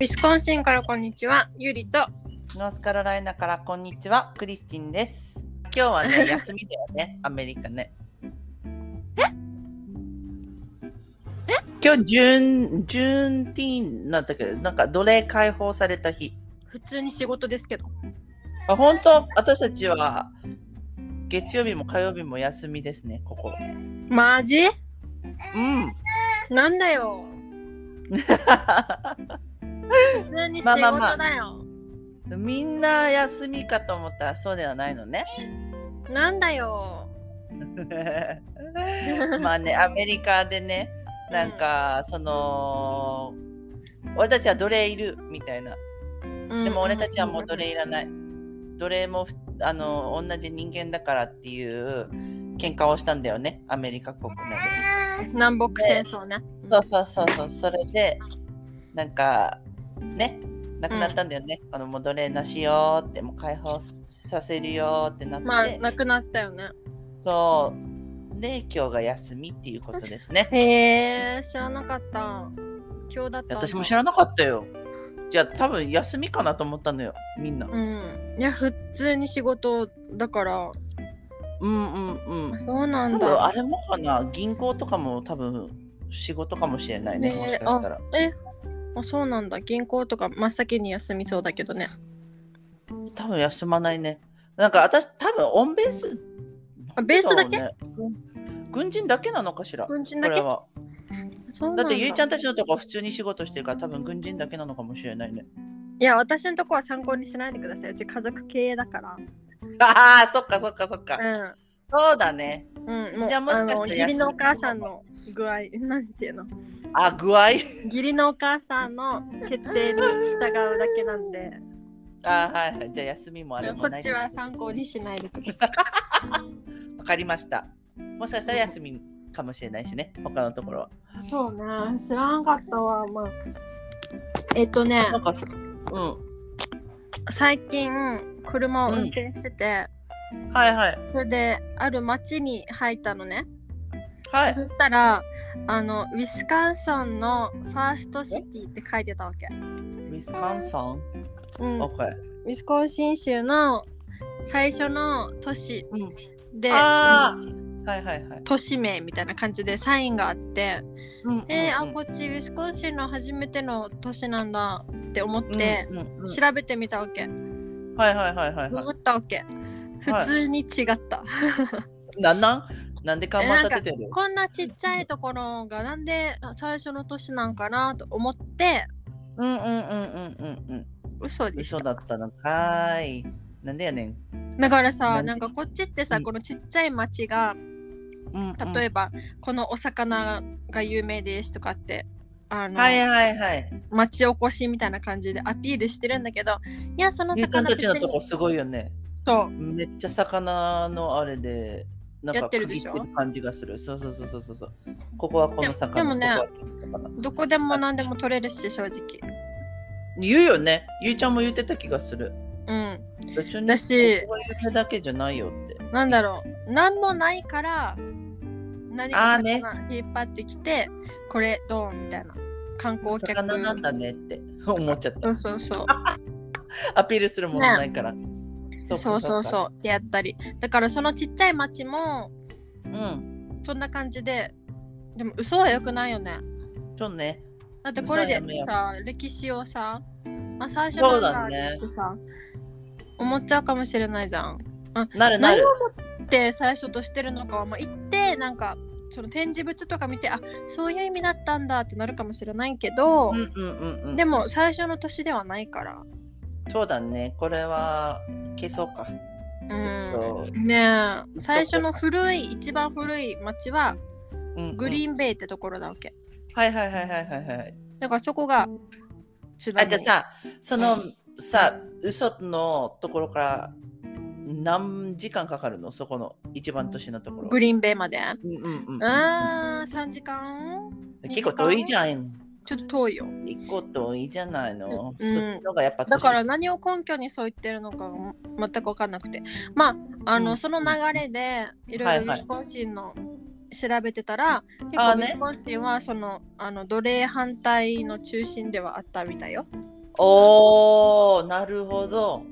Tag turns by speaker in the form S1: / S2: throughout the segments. S1: ィスコンシンからこんにちは、ゆりと。
S2: ノースカロライナからこんにちは、クリスティンです。今日はね、休みだよね、アメリカね。え今日、ジュン、ジュンティーンなんだけど、なんか奴隷解放された日。
S1: 普通に仕事ですけど。
S2: あ、本当私たちは月曜日も火曜日も休みですね、ここ。
S1: マジ
S2: うん。
S1: なんだよ。普通に仕
S2: ま
S1: 事だ
S2: あま
S1: よ。
S2: あまあみんな休みかと思ったらそうではないのね。
S1: なんだよ。
S2: まあね、アメリカでね、なんか、その、俺たちは奴隷いるみたいな。でも俺たちはもう奴隷いらない。奴隷もふあの同じ人間だからっていう喧嘩をしたんだよね、アメリカ国内で。
S1: 南北戦争ね。
S2: そうそうそうそう、それで、なんか、ね、亡くなったんだよね。あの、もう奴隷なしよーって、もう解放させるよーってなって、
S1: まあ、なくなったよね。
S2: そう。で、今日が休みっていうことですね。
S1: へえ、知らなかった。今日だったんだ。
S2: 私も知らなかったよ。じゃあ多分休みかなと思ったのよ、みんな。
S1: うん。いや、普通に仕事だから。
S2: うんうんう
S1: あ
S2: ん。
S1: そうな
S2: 多
S1: ん
S2: 分
S1: だ。
S2: あれもかな、銀行とかも多分仕事かもしれないね、
S1: ねえ
S2: もしかしたら。
S1: えあそうなんだ。銀行とか真っ先に休みそうだけどね。
S2: 多分休まないね。なんか私、多分オンベース。
S1: あベースだけ
S2: なんでろうね軍人だけなのかしらこ
S1: 軍人だ
S2: れ
S1: け。
S2: は。
S1: そうなん
S2: だ
S1: だ
S2: ってゆいちゃんたちのとこは普通に仕事してるから多分軍人だけなのかもしれないね。
S1: いや、私のとこは参考にしないでください。うち家族経営だから。
S2: ああ、そっかそっかそっか。
S1: うん。
S2: そうだね。
S1: うん、もう
S2: じゃあもしかしたら
S1: の義理のお母さんの具合、 なんていうの
S2: あ、具合。
S1: 義理のお母さんの決定に従うだけなんで、
S2: あーはいはい。じゃあ休みもあれ
S1: こ
S2: もない
S1: っちは参考にしないでください。
S2: わかりました。もしかしたら休みかもしれないしね、他のところは。
S1: そうね、知らんかったわ。まあ、えっとね、
S2: なんか、う
S1: 最近車を運転してて、
S2: ん。はいはい。
S1: それである町に入ったのね。
S2: はい。
S1: そしたら、あの、ウィスカンソンのファーストシティって書いてたわけ。
S2: ウィスカンソン。
S1: うん
S2: オッケー。
S1: ウィスコンシン州の最初の都市で、
S2: あ
S1: その
S2: あ。はいはいはい。
S1: 都市名みたいな感じでサインがあって、
S2: うんうん
S1: えー
S2: うん
S1: あこっちウィスコンシンの初めての都市なんだって思って、
S2: うんうんうん
S1: 調べてみたわけグ
S2: はいはいはいはいは
S1: グったわけ普通に違った、
S2: い。なんなんなんで看板立ててる
S1: こんなちっちゃいところがなんで最初の都市なんかなと思って
S2: うんうんうんうんうん
S1: 嘘
S2: うん。
S1: でし
S2: 嘘
S1: た
S2: だったのかーい。なんでやねん。
S1: だからさ
S2: なんで
S1: なんかこっちってさ、
S2: うん
S1: このちっちゃい町が
S2: うんうん、
S1: 例えば、このお魚が有名ですとかってあの、
S2: はいはいはい。
S1: 町おこしみたいな感じでアピールしてるんだけどいやその
S2: ゆうちゃん
S1: 魚
S2: たちの
S1: 別
S2: と
S1: に
S2: こすごいよね。
S1: そう
S2: めっちゃ魚のあれで、なん
S1: や
S2: か
S1: ってる
S2: 区
S1: で
S2: 切
S1: し
S2: って
S1: ょ
S2: る感じがする。そうそうそうそうそう。ここはこの魚。
S1: でもね
S2: ここはこの魚
S1: どこでも何でも取れるし正直
S2: 言うよね。ゆいちゃんも言ってた気がする。
S1: うん
S2: 別に
S1: だし
S2: ここは夢だけじゃないよって。
S1: なんだろう何もないから何
S2: あーね
S1: か引っ張ってきて、これどうみたいな観光客
S2: 魚なんだねって思っちゃっ
S1: そ
S2: た
S1: う。そうそう
S2: アピールするものないから。
S1: そうそうそうってやったりだからそのちっちゃい町も
S2: う。うん。
S1: そんな感じででも嘘はよくないよね
S2: そうね。
S1: だってこれで
S2: 嘘はやめよう
S1: さ歴史をさ、まあ、最初
S2: そ
S1: の
S2: うだね
S1: ささ思っちゃうかもしれないじゃん。
S2: なるな
S1: 何を
S2: る。
S1: 持って最初としてるのかは、まあ、言ってなんかその展示物とか見てあそういう意味だったんだってなるかもしれないけど
S2: うん、うんうんうん。
S1: でも最初の年ではないから。
S2: そうだね。これは消そうか。
S1: う
S2: ちょっ
S1: ん、ねえ最初の古い一番古い町は
S2: うんうん
S1: グリーンベイってところだわけ。
S2: はいはいはいはいはいはい。
S1: だからそこが一番
S2: あじゃあさそのさ嘘のところから何時間かかるのそこの一番年のところ
S1: グリーンベイまで。
S2: うんうんうん、
S1: あー3時間
S2: 結構遠いじゃん
S1: ちょっと遠いよ。
S2: 結構遠いじゃないの、
S1: うん
S2: そっちのがやっぱ
S1: だから
S2: 年
S1: 何を根拠にそう言ってるのか全く分かんなくてまああの、
S2: うん
S1: その流れでいろ
S2: はいい
S1: ろウ
S2: は
S1: ィ
S2: い
S1: スコンシンの調べてたら、結
S2: あ
S1: 構ウ
S2: ー
S1: ィ
S2: ね
S1: スコンシンはそのあの奴隷反対の中心ではあったみたいよ。
S2: おー、なるほど。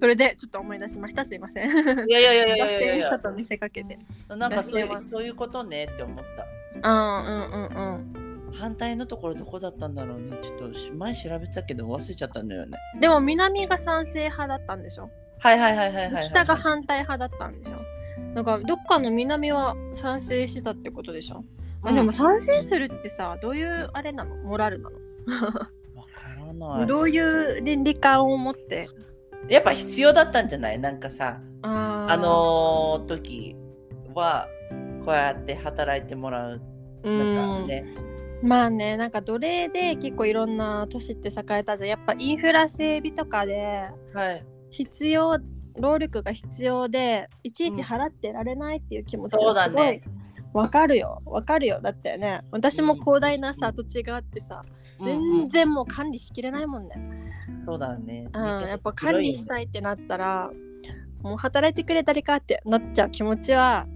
S1: それでちょっと思い出しましたすいません脱
S2: いやいやいやいやいや
S1: 線
S2: い
S1: した
S2: や
S1: と見せかけて
S2: なんかそう
S1: 脱
S2: い
S1: 線
S2: う
S1: は
S2: そういうことねって思った。
S1: あーうんうんうん
S2: 反対のところどこだったんだろうね。ちょっと前調べたけど忘れちゃったんだよね。
S1: でも南が賛成派だったんでしょ
S2: はいはいはいはいはい、はい。
S1: 北が反対派だったんでしょだからどっかの南は賛成してたってことでしょ、あでも賛成するってさどういうあれなのモラルなの、
S2: わからない。
S1: どういう倫理観を持って
S2: やっぱ必要だったんじゃないなんかさ、
S1: あー
S2: あの時はこうやって働いてもらう。なんかね。
S1: まあねなんか奴隷で結構いろんな都市って栄えたじゃんやっぱインフラ整備とかで
S2: はい。
S1: 必要労力が必要でいちいち払ってられないっていう気持ち
S2: そう
S1: がす
S2: だ
S1: ごい
S2: ね。
S1: わかるよわかるよだってね私も広大なさ土地があってさ
S2: うんうん
S1: 全然もう管理しきれないもんね、
S2: そうだね。
S1: うん、やっぱ管理した
S2: い。
S1: いってなったらもう働いてくれたりかってなっちゃう気持ちは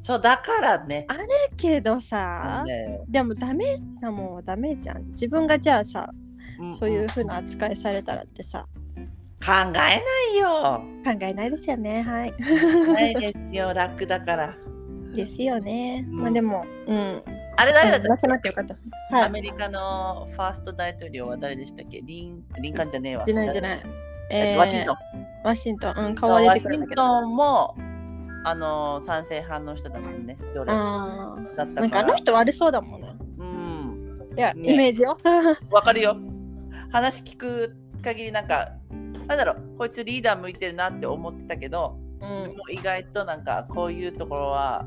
S2: そうだからね。
S1: だけどさ
S2: なんだよ
S1: でもダメなもんダメじゃん自分がじゃあさ
S2: んん
S1: そういう風な扱いされたらってさ
S2: 考えないよ。
S1: 考えないですよね はい
S2: ないです よ、楽だから。
S1: ですよね、
S2: うん
S1: まあでもうん
S2: あれ誰だった
S1: なくな
S2: っけ
S1: ってよかったですねは
S2: ア
S1: い
S2: メリカのファースト大統領は誰でしたっけリンリンカーンじゃねえわ。
S1: じゃないじゃない
S2: え
S1: えー
S2: ワシントン。
S1: ワシントンうん顔は出
S2: ワ
S1: て
S2: シ
S1: くるんだ
S2: ン
S1: けど
S2: トンもあの賛成派の人だもんね。どれだっ
S1: あー
S2: た
S1: なんか
S2: か
S1: あの
S2: ら。
S1: 人悪そうだもんね
S2: うん。
S1: いや、
S2: ね
S1: イメージ よ
S2: わかるよ。話聞く限りなんか。なんだろうこいつリーダー向いてるなって思ってたけど、
S1: うん
S2: もう意外となんかこういうところは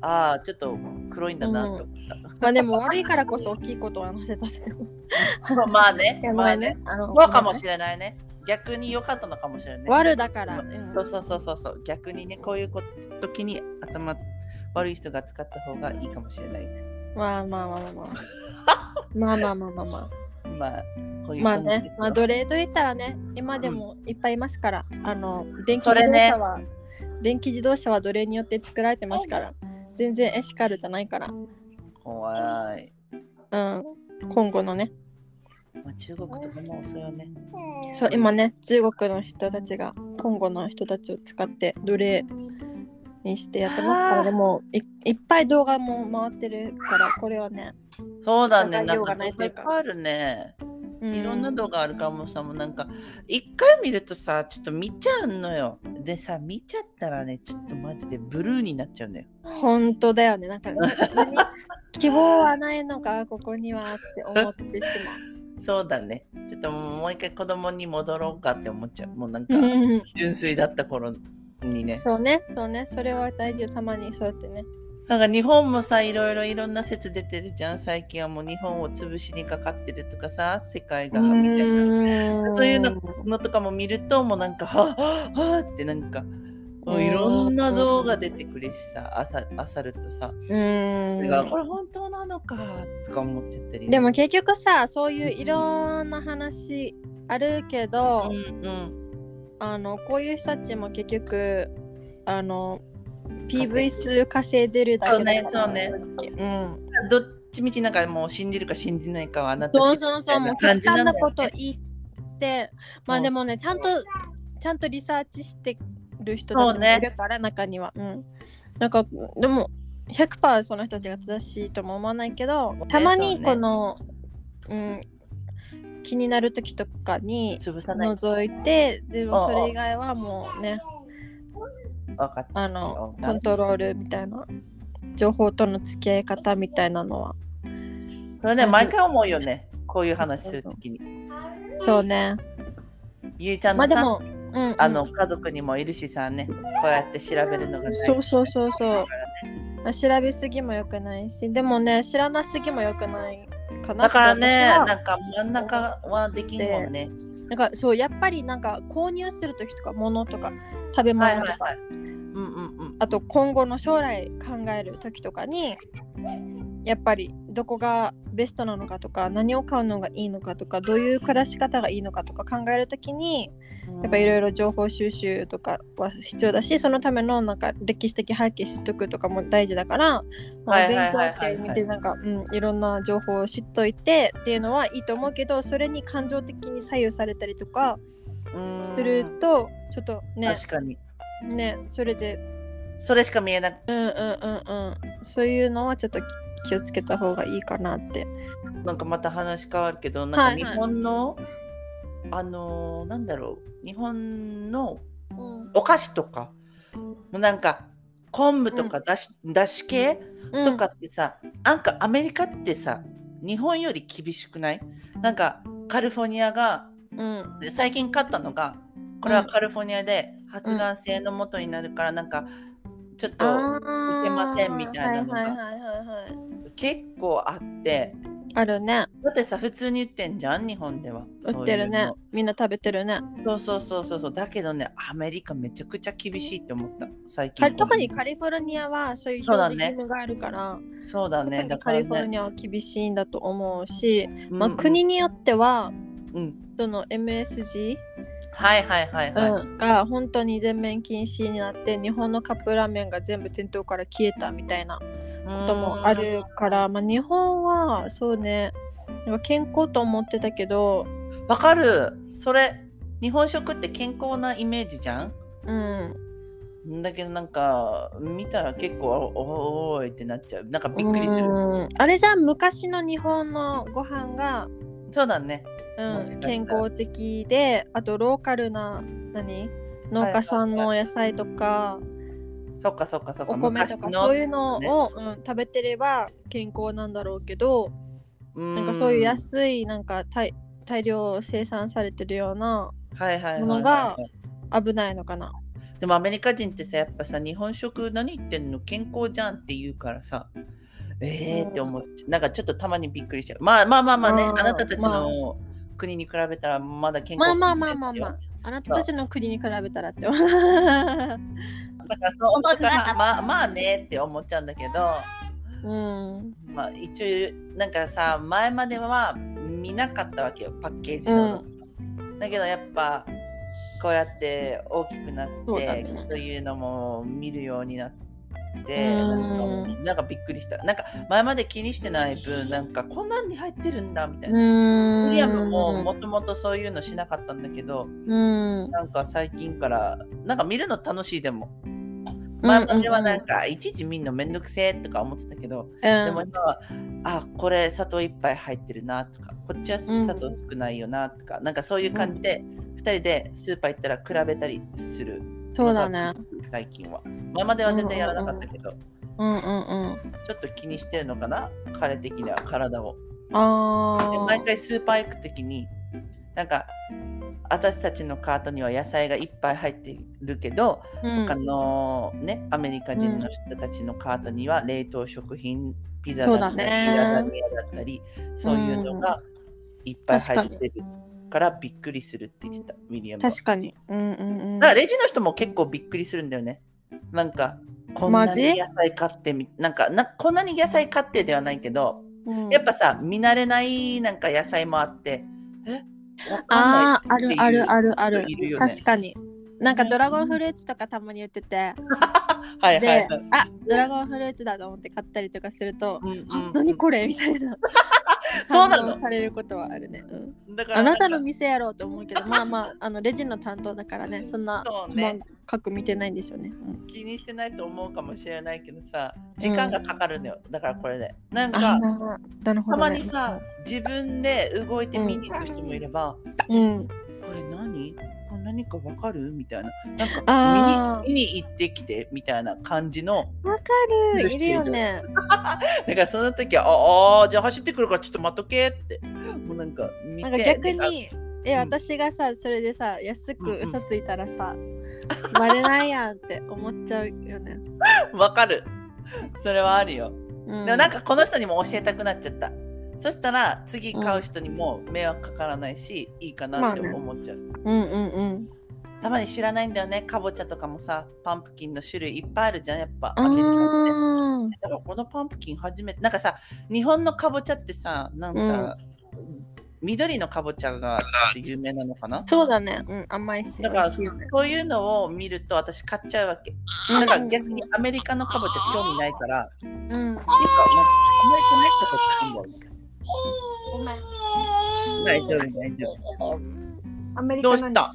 S2: ああちょっと黒いんだなって思った、
S1: まあでも悪いからこそ大きいことを話せたという。
S2: まあ まあね
S1: やば
S2: まあ
S1: いね。あの
S2: そうかもしれないね。逆に良かったのかもしれない。
S1: 悪だから。うん
S2: そうそうそうそうそう。逆にね、こういうこと時に頭悪い人が使った方がいいかもしれない。
S1: まあまあまあま あまあ。まあまあまあまあまあ。
S2: まあ、こういう
S1: まあ
S2: 感じです
S1: ね
S2: よ。
S1: まあ奴隷と言ったらね、今でもいっぱいいますから。あの電気
S2: それ
S1: 自動
S2: ね
S1: 車は、電気自動車は奴隷によって作られてますから。全然エシカルじゃないから。
S2: 怖い。
S1: うん。今後のね。
S2: まあ、中国とかもそうよね。
S1: そう今ね中国の人たちが今後の人たちを使って奴隷にしてやってますか
S2: あ
S1: ら
S2: ー
S1: でもいいっぱい動画も回ってるからこれはね、
S2: そうだね。
S1: 疑い
S2: な
S1: よ
S2: ん
S1: う
S2: か
S1: がない
S2: 動画いっ
S1: というか
S2: ぱいあるね。
S1: う
S2: いろんな動画あるからもうさ、もうなんか、一回見るとさ、ちょっと見ちゃうのよ。でさ、見ちゃったらね、ちょっとマジでブルーになっちゃうのよ。
S1: 本当だよねなんか 何希望はないのかここにはって思ってし
S2: そうだね。ちょっともう一回子供に戻ろうかって思っちゃう。もうなんか
S1: まう、ん
S2: 純粋だった頃にね。
S1: そうねそうねそれは大事よたまにそうやってね
S2: なんか日本もさ、いろいろいろんな説出てるじゃん。最近はもう日本を潰しにかかってるとかさ、世界がみたいなそういうののとかも見ると、もうなんか、はぁ、はぁってなんか、もういろんな動画出てくるしさ、あさあさるとさ、
S1: う
S2: こ
S1: ー
S2: れ
S1: ん
S2: がこれ本当なのかとか思っちゃったり。
S1: でも結局さそういういろんな話あるけど、
S2: うんうん。
S1: あのこういう人たちも結局あの PV 数稼いでるだけだから
S2: そうね
S1: 正直うん、
S2: どっちみちなんかもう信じるか信じないかはあなた
S1: そう
S2: 次
S1: そうそうもう
S2: みたいな感
S1: 極
S2: じな
S1: 端
S2: んだ
S1: なこ
S2: よね
S1: と言ってまあでもねちゃんとちゃんとリサーチしてる人た
S2: そ
S1: ち
S2: う
S1: も
S2: ね
S1: いるから、中にはうんなんかでも100%その人たちが正しいとも思わないけど
S2: ね
S1: たま
S2: そう
S1: に
S2: ね
S1: このうん気になる時とかに
S2: 潰さない。
S1: 覗いてでも
S2: ああ
S1: それ以外はもうね
S2: わかった。
S1: あのコントロールみたいな情報との付き合い方みたいなのは
S2: それね、毎回思うよね。こういう話するときに。
S1: そうね
S2: ゆいちゃん
S1: まあで
S2: のさ、
S1: も、うんうん
S2: あの家族にもいるしさね、こうやって調べるのが大事
S1: そうそうそうそうまあ調べすぎも良くないしでもね知らなすぎも良くないかな
S2: だからね、
S1: 私は
S2: なんか真ん中はできんもんね。
S1: なんかそうやっぱりなんか購入する時とか物とか食べ
S2: はい
S1: 物
S2: は
S1: と
S2: い
S1: か、
S2: はい。うんうんうん。
S1: あと今後の将来考える時とかにやっぱりどこがベストなのかとか何を買うのがいいのかとかどういう暮らし方がいいのかとか考えるときにやっぱいろいろ情報収集とかは必要だしそのためのなんか歴史的背景知っとくとかも大事だから、ま
S2: は
S1: あ、
S2: い
S1: 勉
S2: はいはいはい
S1: 強って見てなんかうんいろんな情報を知っといてっていうのはいいと思うけどそれに感情的に左右されたりとか
S2: うん
S1: するとちょっとね
S2: 確かに
S1: ねそれで
S2: それしか見えなく
S1: うんうんうんうんそういうのはちょっと気をつけた方がいいかなって。
S2: なんかまた話変わるけどなんか
S1: は
S2: 日
S1: いはい
S2: 本の、あのーなんだろう日本の
S1: うん
S2: お菓子とかもうなんか昆布とかだし,、だし系とかってさ、なんかアメリカってさ日本より厳しくないなんかカリフォルニアが
S1: うん、
S2: で最近買ったのがこれはカリフォルニアで発がん性のもとになるから、なんかちょっと
S1: い
S2: いけませんみたいなのが
S1: はいはいはいはいはい、
S2: 結構あって
S1: あるね
S2: だってさ普通に売ってんじゃん日本では
S1: 売ってるねみんな食べてるね
S2: そうそうそうそうそうだけどねアメリカめちゃくちゃ厳しいって思った最
S1: か
S2: 近
S1: 特にカリフォルニアはそういう
S2: そうだ
S1: 表
S2: ね
S1: 示義務があるから、
S2: そうだね
S1: 特に
S2: だか
S1: カ
S2: ら、
S1: リ
S2: ね、
S1: フォルニアは厳しいんだと思うし、
S2: うん
S1: まあ、国によっては
S2: うん
S1: その MSG、
S2: はいはいはいはい、
S1: うん、が本当に全面禁止になって日本のカップラーメンが全部店頭から消えたみたいなこともあるから、まあ、日本はそうねなんか健康と思ってたけど、
S2: うんわかるそれ日本食って健康なイメージじゃん
S1: うん、
S2: だけどなんか見たら結構おおおーいってなっちゃうなんかびっくりする
S1: うんあれじゃあ昔の日本のご飯が、
S2: そうだね
S1: う
S2: 確か
S1: ん、
S2: に
S1: 健康的であとローカルな何農家さんのお野菜とか
S2: そっかそっかそっか
S1: お米とか
S2: 昔
S1: そういうのを、うん、食べてれば健康なんだろうけど
S2: うん
S1: なんかそういう安いなんか大大量生産されてるような
S2: はいはいはいはい
S1: ものが危ないのかな。
S2: でもアメリカ人ってさやっぱさ日本食何言ってんの健康じゃんって言うからさええー、って思っちゃうなんかちょっとたまにびっくりしちゃうまあまあまあまあね
S1: あ
S2: あ
S1: ー
S2: なたたちの国に比べたらまだ健
S1: ま
S2: 康
S1: あまあまあまあまああなたたちの国に比べたらって。う
S2: あだからそうだからまあまあねって思っちゃうんだけど
S1: ん
S2: まあ一応なんかさ前までは見なかったわけよパッケージの、だけどやっぱこうやって大きくなって
S1: そうだね
S2: そういうのも見るようになって
S1: うん
S2: なんかなんかびっくりしたなんか前まで気にしてない分なんかこんなんに入ってるんだみたいな、
S1: うん。
S2: ウィリアムももともとそういうのしなかったんだけど
S1: うん。
S2: なんか最近からなんか見るの楽しいでも前まではなんかいちいち見るのめんどくせえとか思ってたけど
S1: うん
S2: でも今は、あこれ砂糖一杯入ってるなとかこっちは
S1: うん
S2: 砂糖少ないよなとか、なんかそういう感じで、二2人でスーパー行ったら比べたりする
S1: そうだね。
S2: 最近は前までは全然やらなかったけど、
S1: うんうんうん。
S2: ちょっと気にしてるのかな彼的には体をで
S1: あ
S2: 毎回スーパー行く時になんか私たちのカートには野菜がいっぱい入ってるけど、
S1: あ、うん
S2: 他のねアメリカ人の人たちのカートには冷凍食品ピザ
S1: そ
S2: だ
S1: う
S2: った
S1: だ
S2: り、
S1: ね
S2: ピラダニアだったりそういうのがいっぱい入ってるからびっくりするって言ってたウィリアムは
S1: 確かに。うんうんうん。
S2: だからレジの人も結構びっくりするんだよねなんかこんな
S1: マジ
S2: に野菜買ってみなんかなこんなに野菜買ってではないけど
S1: うん
S2: やっぱさ見慣れないなんか野菜もあってえわか
S1: あ
S2: ん
S1: あ
S2: な
S1: あ
S2: いっ
S1: る
S2: ていう
S1: あるあるある
S2: 人いるよね
S1: 確かに。なんかドラゴンフルーツとかたまに売ってて、
S2: はいはい
S1: で
S2: はい、
S1: あドラゴンフルーツだと思って買ったりとかすると、
S2: うんうん
S1: あ何これみたいな。
S2: そうなの
S1: 反応されることはあるね。うん
S2: だから
S1: あなた
S2: んか
S1: の店やろうと思うけど、まあまああ のレジの担当だからね、そんな
S2: そうね
S1: 細かく見てないんでしょうね。うん
S2: 気にしてないと思うかもしれないけどさ時間がかかるのよ、だからこれでなんか
S1: あななるほ
S2: た
S1: ど
S2: ま
S1: ね
S2: にさ自分で動いて見に行く人もいれば、
S1: うん。
S2: これ何これ何かわかるみたいななん
S1: あー
S2: か見に見に行ってきてみたいな感じの
S1: わかる、いるよね。
S2: だからその時はああーじゃあ走ってくるからちょっと待っとけってもうなんか見
S1: な
S2: て
S1: んか逆
S2: で
S1: に、え、
S2: うん
S1: 私がさ、それでさ、安
S2: うんう
S1: く
S2: ん
S1: 嘘ついたら さ、バレないやんって思っちゃうよね。
S2: あわかるそれはある
S1: う
S2: よ、
S1: ん、
S2: でもなんかこの人にも教えたくなっちゃったそしたら次買う人にも迷惑かからないし、いいかなって
S1: まあね
S2: 思っちゃう、
S1: うんうんうん。
S2: たまに知らないんだよねかぼちゃとかもさパンプキンの種類いっぱいあるじゃんやっぱ
S1: う
S2: 開けるとね
S1: ん
S2: だからこのパンプキン初めてなんかさ日本のかぼちゃってさなんか、緑のかぼちゃが有名なのかな
S1: そうだね。うん、甘いし。
S2: だから
S1: 美味しいよね
S2: そういうのを見ると私買っちゃうわけ
S1: うん
S2: だから逆にアメリカのかぼちゃ興味ないから
S1: うん。
S2: っていうか、なんかあんまりこの人と大丈夫、大丈
S1: アメ
S2: 夫。
S1: リ
S2: ど
S1: カ
S2: う
S1: の
S2: した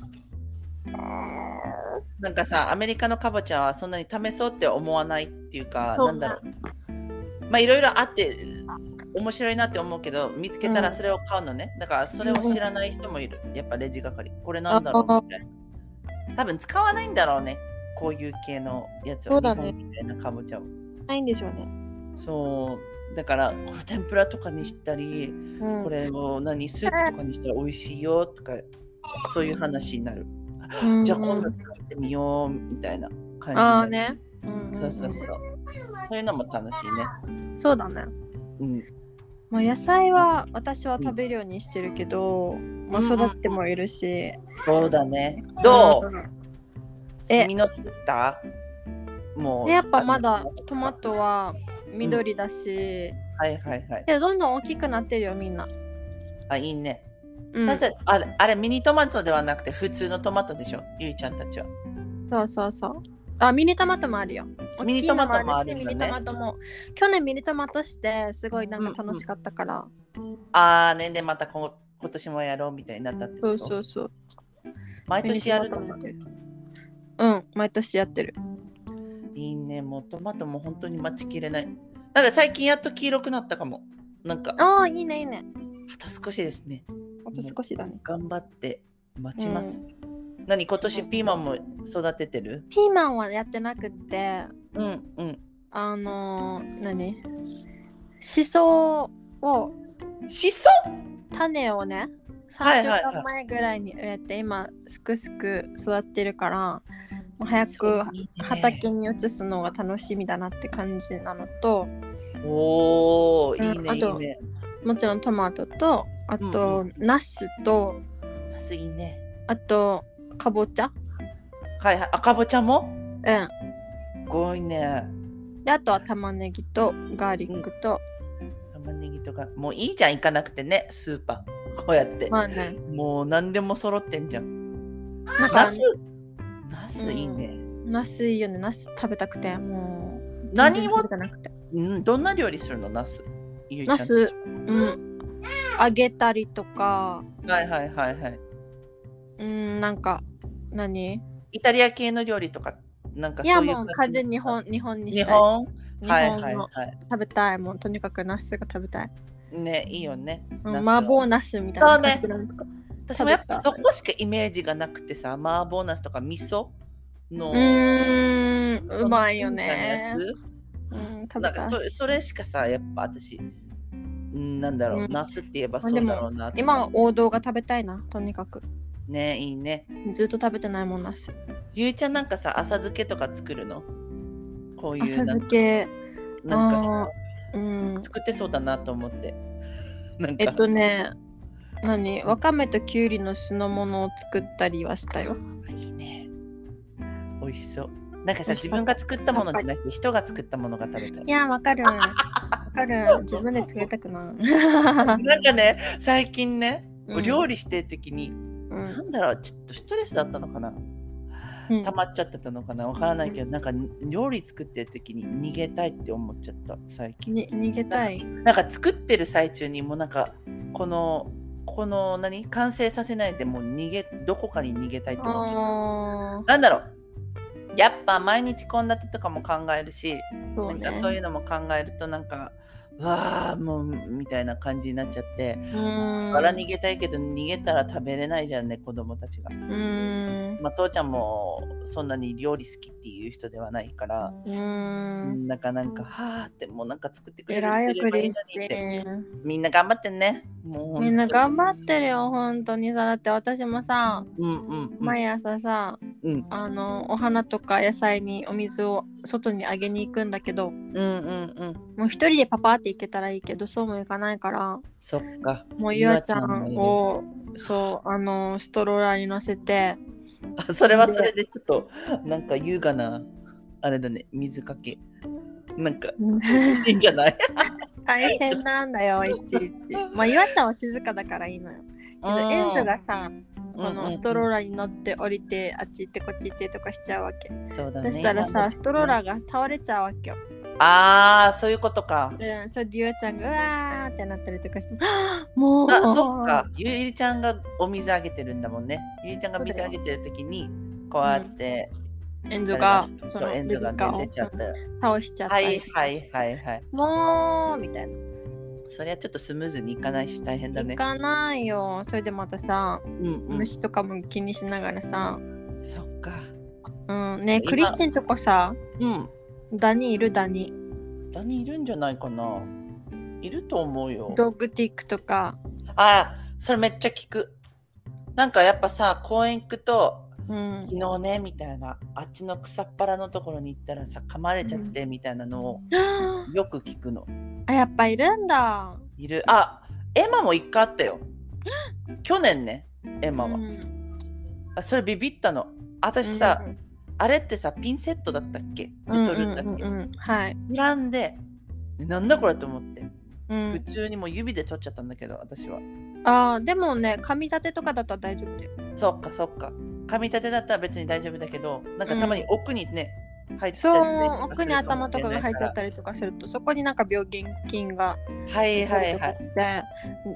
S2: なんかさ、アメリカのカボチャはそんなに試そうって思わないっていうか、
S1: そう
S2: なんだろう。まあ、いろいろあって、面白いなって思うけど、見つけたらそれを買うのね。だから、それを知らない人もいる。やっぱレジ係。これなんだろうみたいな。多分使わないんだろうね。こういう系のやつを。
S1: そうだね
S2: 日本みたいなカボチャを。
S1: ないんでしょうね。
S2: そう。だから、これ天ぷらとかにしたり、
S1: うん、
S2: これを何スープとかにしたら美味しいよとかそういう話になる。
S1: うん
S2: じゃあ今度作ってみようみたいな感じに
S1: あ
S2: な
S1: あ
S2: る。
S1: ね。うん
S2: そうそうそう。そういうのも楽しいね。
S1: そうだね。
S2: うん。
S1: まあ、野菜は私は食べるようにしてるけど、まあ、育ってもいるし。
S2: そうだね。どう
S1: うんえ
S2: 実ったもう。
S1: でやっぱまだトマ
S2: は
S1: トは緑だし、
S2: いはいはい。
S1: けどどんどん大きくなってるよみんな。
S2: あ、いいね。
S1: うん、
S2: 確かにあれ、あれミニトマトではなくて普通のトマトでしょ、ゆいちゃんたちは。
S1: そうそうそう。あミニトマトもあるよ。
S2: ミニトマトもある
S1: 大
S2: ん
S1: きいのしミ
S2: だね
S1: ニトマトも。去年ミニトマトしてすごいなんか楽しかったから。
S2: ああ、ねでまたこ今年もやろうみたいになったって
S1: そ
S2: こと。
S1: うそうそう。
S2: 毎年やるの
S1: ミニトマトもやってるうん、毎年やってる。
S2: いいね、もうトマトも本当に待ちきれない。なんか最近やっと黄色くなったかも。なんか、あ
S1: ああ、いいね、いいね。
S2: と少しですね。
S1: あと少しだね。
S2: 頑張って待ちます。何、今年ピーマンも育ててる
S1: ピーマンはやってなくって、
S2: うんうん。
S1: あのー、何しそを、
S2: しそ
S1: 種をね、
S2: は
S1: 3
S2: い
S1: 週
S2: はいはい
S1: 間前ぐらいに植えて、今、すくすく育ってるから、もう早く畑に移すのが楽しみだなって感じなのと、
S2: おー、いい
S1: うんあ
S2: ね、いい
S1: と
S2: ね。
S1: もちろんトマトと、あ
S2: う
S1: と、ナスと、
S2: ナスいいね。
S1: あと、かぼちゃ。
S2: はいはい。あかぼちゃも
S1: うん。
S2: すごいね。
S1: であとは玉ねぎとガーリックと、
S2: 玉ねぎとか。もういいじゃん、行かなくてね、スーパー。こうやって。
S1: まあね
S2: もう何でも揃ってんじゃん。
S1: なん
S2: ナ
S1: か
S2: スナスいいね。
S1: ナスいいよねナス食べたくてもう
S2: 何
S1: 全然
S2: を
S1: 食べたなくて
S2: うん、どんな料理するのナスゆいちゃ
S1: ナ
S2: ん
S1: スうん揚げたりとか
S2: はいはいはいはい
S1: うんなんか何
S2: イタリア系の料理とかなんか
S1: い
S2: そういう
S1: やもう完全に日本日本に
S2: 日
S1: したい
S2: 本はいはい
S1: の
S2: は
S1: 食べたいもうとにかくナスが食べたい
S2: いねいいよね
S1: うん
S2: ナス
S1: 麻婆ナスみたいな
S2: そうね
S1: 感じのとか
S2: 私もやっぱそ
S1: 食べ
S2: こしかイメージがなくてさ麻婆ナスとか味噌の
S1: うーんうまいよ
S2: な
S1: ね
S2: んかや
S1: うん
S2: つ
S1: 食
S2: な
S1: べた
S2: んか
S1: い
S2: そそれしかさやっぱ私うんなんだろう、
S1: うん
S2: ナスって言えばそうだろうなって
S1: 今は王道が食べたいなとにかく
S2: ねいいね
S1: ずっと食べてないもんナス
S2: ゆいちゃんなんかさ浅漬けとか作るのこういう
S1: 浅
S2: なん
S1: 漬
S2: か
S1: け
S2: なんか
S1: あ
S2: さ
S1: ーうん
S2: 作ってそうだなと思って。なんか
S1: えっとね何わかめときゅうりの酢の物を作ったりはしたよ
S2: いいね。美味しそう。なんか
S1: 美味
S2: さ、自
S1: しかった
S2: 分が作ったものじゃなくて、人が作ったものが食べたい
S1: い。やわか るわかる自分で作りたくない
S2: なんかね、最近ね、
S1: うん
S2: 料理してる時に、
S1: うん
S2: なんだろう、ちょっとストレスだったのかな、
S1: うん
S2: 溜まっちゃってたのかな、わからないけど、なんか料理作ってる時に逃げたいって思っちゃった、最近。
S1: に逃げたい
S2: なんか作ってる最中にもうなんか、この、この何完成させないでもう逃げどこかに逃げたいって思っちゃった
S1: あ
S2: なんだろうやっぱ毎日献立とかも考えるし、
S1: ーそう
S2: なんかそうい
S1: ね
S2: うのも考えるとなんかうわあもうみたいな感じになっちゃって
S1: うーん
S2: から逃げたいけど逃げたら食べれないじゃんね子供たちが。
S1: うーん
S2: まあ、父ちゃんもそんなに料理好きっていう人ではないから、
S1: うーん
S2: なんかなんかはあってもうなんか作ってくれ
S1: え
S2: る
S1: らい
S2: 人いれ
S1: ク
S2: ばいい
S1: リ
S2: の
S1: ス
S2: にって
S1: ティ
S2: みんな頑張ってねもう
S1: みんな頑張ってるよ本当にさだって私もさ
S2: うんうんうん、
S1: 毎朝さ
S2: うん
S1: あのお花とか野菜にお水を外にあげに行くんだけど
S2: うんうんうん
S1: もう一人でパパって行けたらいいけどそうもいかないから
S2: そっか
S1: もうゆあちゃ
S2: もい
S1: ん
S2: る
S1: をそうあのストローラーに乗せて
S2: それはそれでちょっとなんか優雅なあれだね水かけなんかいいんじゃない
S1: 大変なんだよ、いちいち。まあ、ゆあちゃんは静かだからいいのよ。けど、
S2: うん
S1: エンズがさ、こ
S2: うんうんう
S1: の
S2: ん
S1: ストローラーに乗って降りて、あっち行ってこっち行ってとかしちゃうわけ。
S2: そう
S1: そ
S2: だね
S1: したら
S2: な
S1: さ、
S2: んか
S1: ストローラーが倒れちゃうわけよ。
S2: ああそういうことか
S1: うん、それでゆあちゃんがうわーってなったりと かして、はぁもう。
S2: あそっかゆいりちゃんがお水あげてるんだもんねゆいりちゃんが水あげてる時にこうやって、
S1: エンズが、そ
S2: その
S1: の
S2: エン
S1: ベビ
S2: ド
S1: ー
S2: がね
S1: カー
S2: 出ちゃっ
S1: を
S2: たよ
S1: 倒しちゃった
S2: は
S1: り
S2: い
S1: とか
S2: はい
S1: して
S2: はいはい
S1: もうみたいな。
S2: それはちょっとスムーズにいかないし大変だ
S1: 行
S2: ね
S1: かないよ。それでまたさ、
S2: うんうん
S1: 虫とかも気にしながらさ。
S2: そっか
S1: うん、ね
S2: 今
S1: クリスティンとこさ、
S2: うん
S1: ダニいるダニ。
S2: ダニいるんじゃないかないると思うよ
S1: ドッグティックとか。
S2: あーそれめっちゃ聞くなんかやっぱさ公園行くと
S1: うん。
S2: 昨日ねみたいなあっちの草っぱらのところに行ったらさ噛まれちゃってみたいなのをよく聞くの
S1: あ、やっぱいるんだ。
S2: いるあエマも一回あったよ去年ねエマは、
S1: うん
S2: あそれビビったの私さ、あれってさピンセットだったっけで
S1: うん
S2: 取るんだっけ、
S1: うんうんうんはい。
S2: 選んででなんだこれと思って
S1: う
S2: 普
S1: ん、
S2: 通にもう指で取っちゃったんだけど私は
S1: あーでもね、髪立てとかだったら大丈夫だよ。
S2: そっかそっか噛み立てだったら別に大丈夫だけどなんかたまに奥にね、入っちゃ
S1: そ
S2: ったりと
S1: う、
S2: か
S1: 奥に頭とかが入っちゃった
S2: り
S1: りとかすると、そこになんか病原菌が
S2: はい
S1: 出た
S2: はい
S1: りと
S2: はい
S1: かして、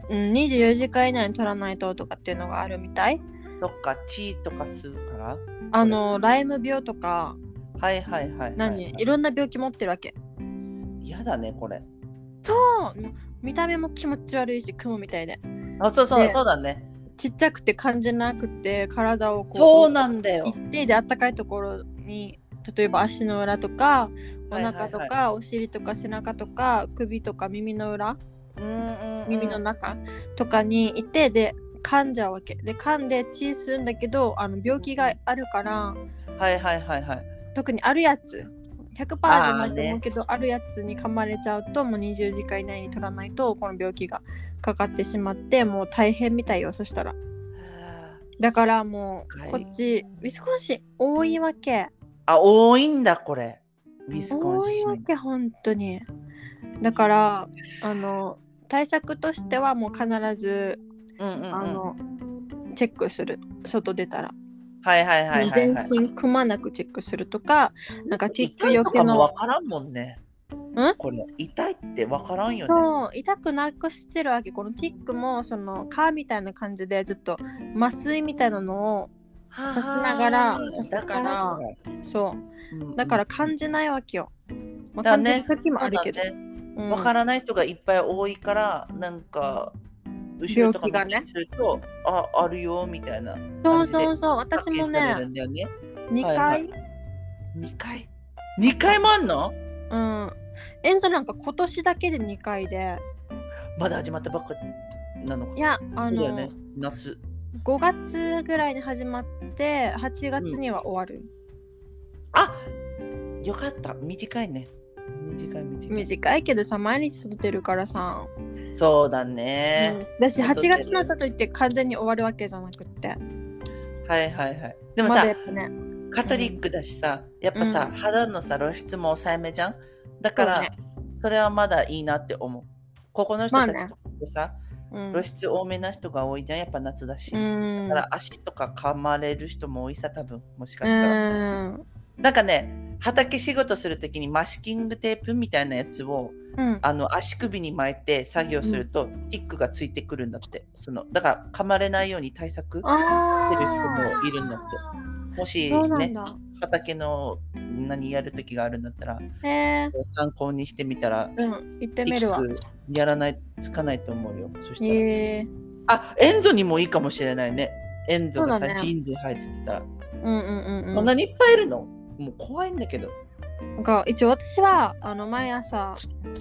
S1: うん、24時間以内に取らないととかっていうのがあるみたい。
S2: そっか血とか吸うから
S1: あの、ライム病とか、
S2: はいはいはいはい
S1: 何、いろんな病気持ってるわけ。
S2: 嫌だねこれ
S1: そう見た目も気持ち悪いし、雲みたいで。
S2: あそうそう
S1: ね
S2: そうだね
S1: ちっちゃくて感じなくて、体をこう。
S2: そうなんだよ
S1: 一定であったかいところに例えば足の裏とかお
S2: はいはいは
S1: 腹
S2: い
S1: とかお尻とか背中とか首とか耳の裏
S2: うんうん
S1: 耳の中とかにいてで噛んじゃうわけで噛んで血するんだけどあの病気があるから
S2: はいはいはいはい
S1: 特にあるやつ100%じゃないと思うけどあ,、るやつに噛まれちゃうともう20時間以内に取らないとこの病気がかかってしまってもう大変みたいよそしたらだからも
S2: はいう
S1: こっちウィスコンシン多いわけ。
S2: あ多いんだこれウィスコン
S1: 多
S2: シ
S1: いわ
S2: ン
S1: け本当にだからあの対策としてはもう必ず、
S2: うんうんうん
S1: あのチェックする外出たら、
S2: はいはいはいはいはい
S1: 全身くまなくチェックするとかなんかチェック
S2: 痛い
S1: よ
S2: と
S1: け
S2: かも
S1: の
S2: わからんもんね
S1: ん
S2: これ痛いってわからんよね
S1: そう痛くなくしてるわけこのティックもその蚊みたいな感じでずっと麻酔みたいなのを刺しながら
S2: あー
S1: 刺すから
S2: だか
S1: そう
S2: うんうん
S1: だから感じないわけよ、まあ、
S2: だ
S1: 感じ
S2: ね
S1: る時も
S2: そ
S1: あ
S2: う
S1: る
S2: だ
S1: けど、
S2: ね
S1: うん
S2: わからない人がいっぱい多いからなんか後ろとか
S1: 病気がね
S2: 向きすると、ああるよみたいな
S1: そうそうそう私も
S2: 発見さ
S1: ね
S2: れるんだよね
S1: 2回、
S2: はいはい2回2回もあんの
S1: うん。エンゾなんか今年だけで2回で、
S2: まだ始まったばっかなのか
S1: いや、あ
S2: そうだよ
S1: の、
S2: ね夏
S1: 5月ぐらいに始まって、8月には終わる。
S2: あよかった短いね短い短い
S1: 短いけどさ、毎日育てるからさ。
S2: そうだね、
S1: うんだし、
S2: 育
S1: 8
S2: てる
S1: 月になったといって完全に終わるわけじゃなくって。
S2: はいはいはいで
S1: で
S2: も
S1: まだ
S2: さ、
S1: やっぱね、
S2: カトリックだしさやっぱさ、
S1: うん
S2: 肌のさ露出も抑えめじゃんだから
S1: そ
S2: そ,、
S1: うね
S2: れはまだいいなって思うここの人たち
S1: まあね
S2: とかってさ、
S1: うん
S2: 露出多めな人が多いじゃんやっぱ夏だし、
S1: うん
S2: だから足とか噛まれる人も多いさ多分もしか
S1: う
S2: したら、
S1: ん。
S2: なんかね畑仕事するときにマスキングテープみたいなやつを
S1: うん。
S2: あの足首に巻いて作業すると、ティックがついてくるんだってそのだから噛まれないように対策
S1: あ
S2: してる
S1: ー
S2: 人もいるんだってもし
S1: そうな
S2: ね
S1: んだ。
S2: 畑の何やる時があるんだったら
S1: へえ。
S2: 参考にしてみたら
S1: うん。行って
S2: テ
S1: みるわ。
S2: ィックやらないつかないと思うよそしたら、
S1: へえ。
S2: あエンゾにもいいかもしれないねエンゾ
S1: そ
S2: が
S1: う
S2: さ、
S1: だね
S2: ジーンズ履いてたら、
S1: うんうんうん
S2: こ
S1: うんん。
S2: なにいっぱいいるのもう怖いんだけど
S1: なんか一応私はあの毎朝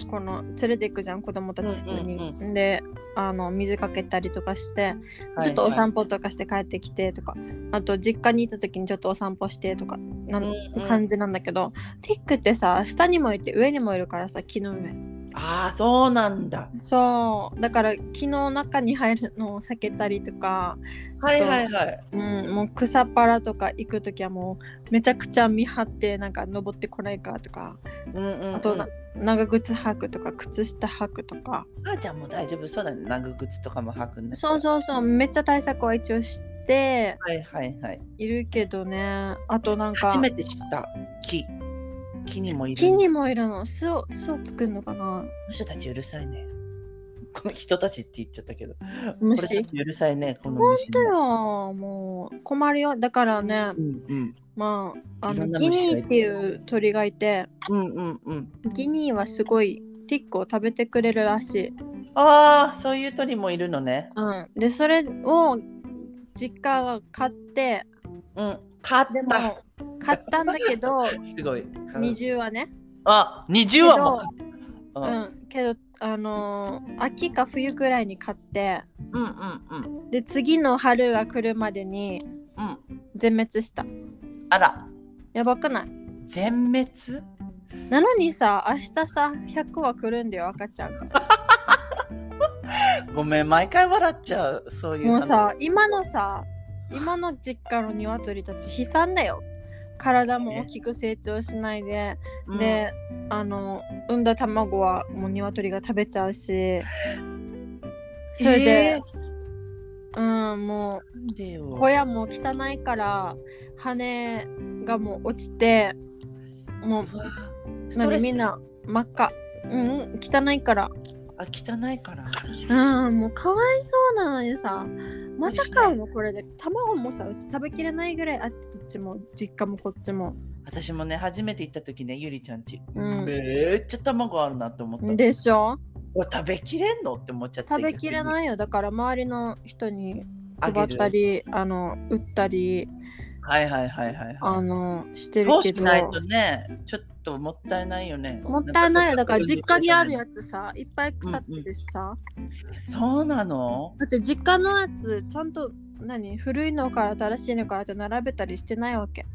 S1: この連れて行くじゃん子供たちに、
S2: うんうん
S1: であの水かけたりとかしてちょっとお散歩とかして帰ってきてとか、あと実家にいた時にちょっとお散歩してとかなん
S2: うんうん
S1: 感じなんだけどティックってさ下にもいて上にもいるからさ木の上
S2: ああそうなんだ
S1: そうだから木の中に入るのを避けたりとか
S2: はいはいはい
S1: うん、もう草っぱらとか行く時はもうめちゃくちゃ見張ってなんか登ってこないかとか
S2: うんうん、うん、
S1: あとな長靴履くとか靴下履くとか
S2: 母ちゃんも大丈夫そうだね長靴とかも履くんだ
S1: そうそうそうめっちゃ対策は一応して
S2: はいはいはい
S1: いるけどねあとなんか
S2: 初めて知った木木にもいる
S1: 木にもいるの巣を巣を作るのかな
S2: この人たちうるさいねこの人たちって言っちゃったけどこれ
S1: 虫
S2: たちうるさいねこの
S1: 本
S2: 虫
S1: 当よもう困るよだからね
S2: うんうん
S1: まああ
S2: いろ
S1: の
S2: んな
S1: ギ
S2: 虫が
S1: ニ
S2: いる
S1: ーっていう鳥がいて
S2: うんうんうん
S1: ギニーはすごいティックを食べてくれるらしい、
S2: ああそういう鳥もいるのね
S1: うん、でそれを実家が買って
S2: うん買っ
S1: で
S2: た
S1: も 買ったんだけど
S2: すごい
S1: 二重はね
S2: あ二20はもう、う、
S1: うんんけどあのー秋か冬くらいに買って
S2: うんうんうん
S1: で次の春が来るまでに
S2: うん
S1: 全滅した
S2: あら
S1: やばくない
S2: 全滅
S1: なのにさ明日さ100は来るんだよ赤ちゃんが
S2: ごめん毎回笑っちゃうそういう話
S1: もうさ今のさ今の実家の鶏たち悲惨だよ体も大きく成長しないで、
S2: うん
S1: であの産んだ卵はもう鶏が食べちゃうしそれ
S2: え
S1: で
S2: ー、
S1: うんも
S2: なんでよ
S1: う小屋も汚いから羽がもう落ちてもう
S2: うわストレ
S1: 何
S2: ス
S1: みんな真っ赤うん汚いから
S2: あ汚いから
S1: うんもうかわいそうなのにさまた買うのこれで卵もさうち食べきれないぐらいあってどっちも実家もこっちも
S2: 私もね初めて行った時ねゆりちゃんち、
S1: うん
S2: めっちゃ卵あるなって思った
S1: でしょ
S2: うわ食べきれんのって思っちゃって
S1: 食べきれないよだから周りの人に
S2: あ
S1: 配
S2: げ
S1: っ
S2: る
S1: たりあの売ったり
S2: はいはいはいはいは
S1: あのして
S2: い
S1: る
S2: そう
S1: け
S2: し
S1: ど
S2: ないとねちょっともったいないよね
S1: もったいないよだから実家にある
S2: つ
S1: やつさいっぱい腐ってるしさ、
S2: そうなの
S1: だって実家のやつちゃんと何古いのから新しいのからって並べたりしてないわけ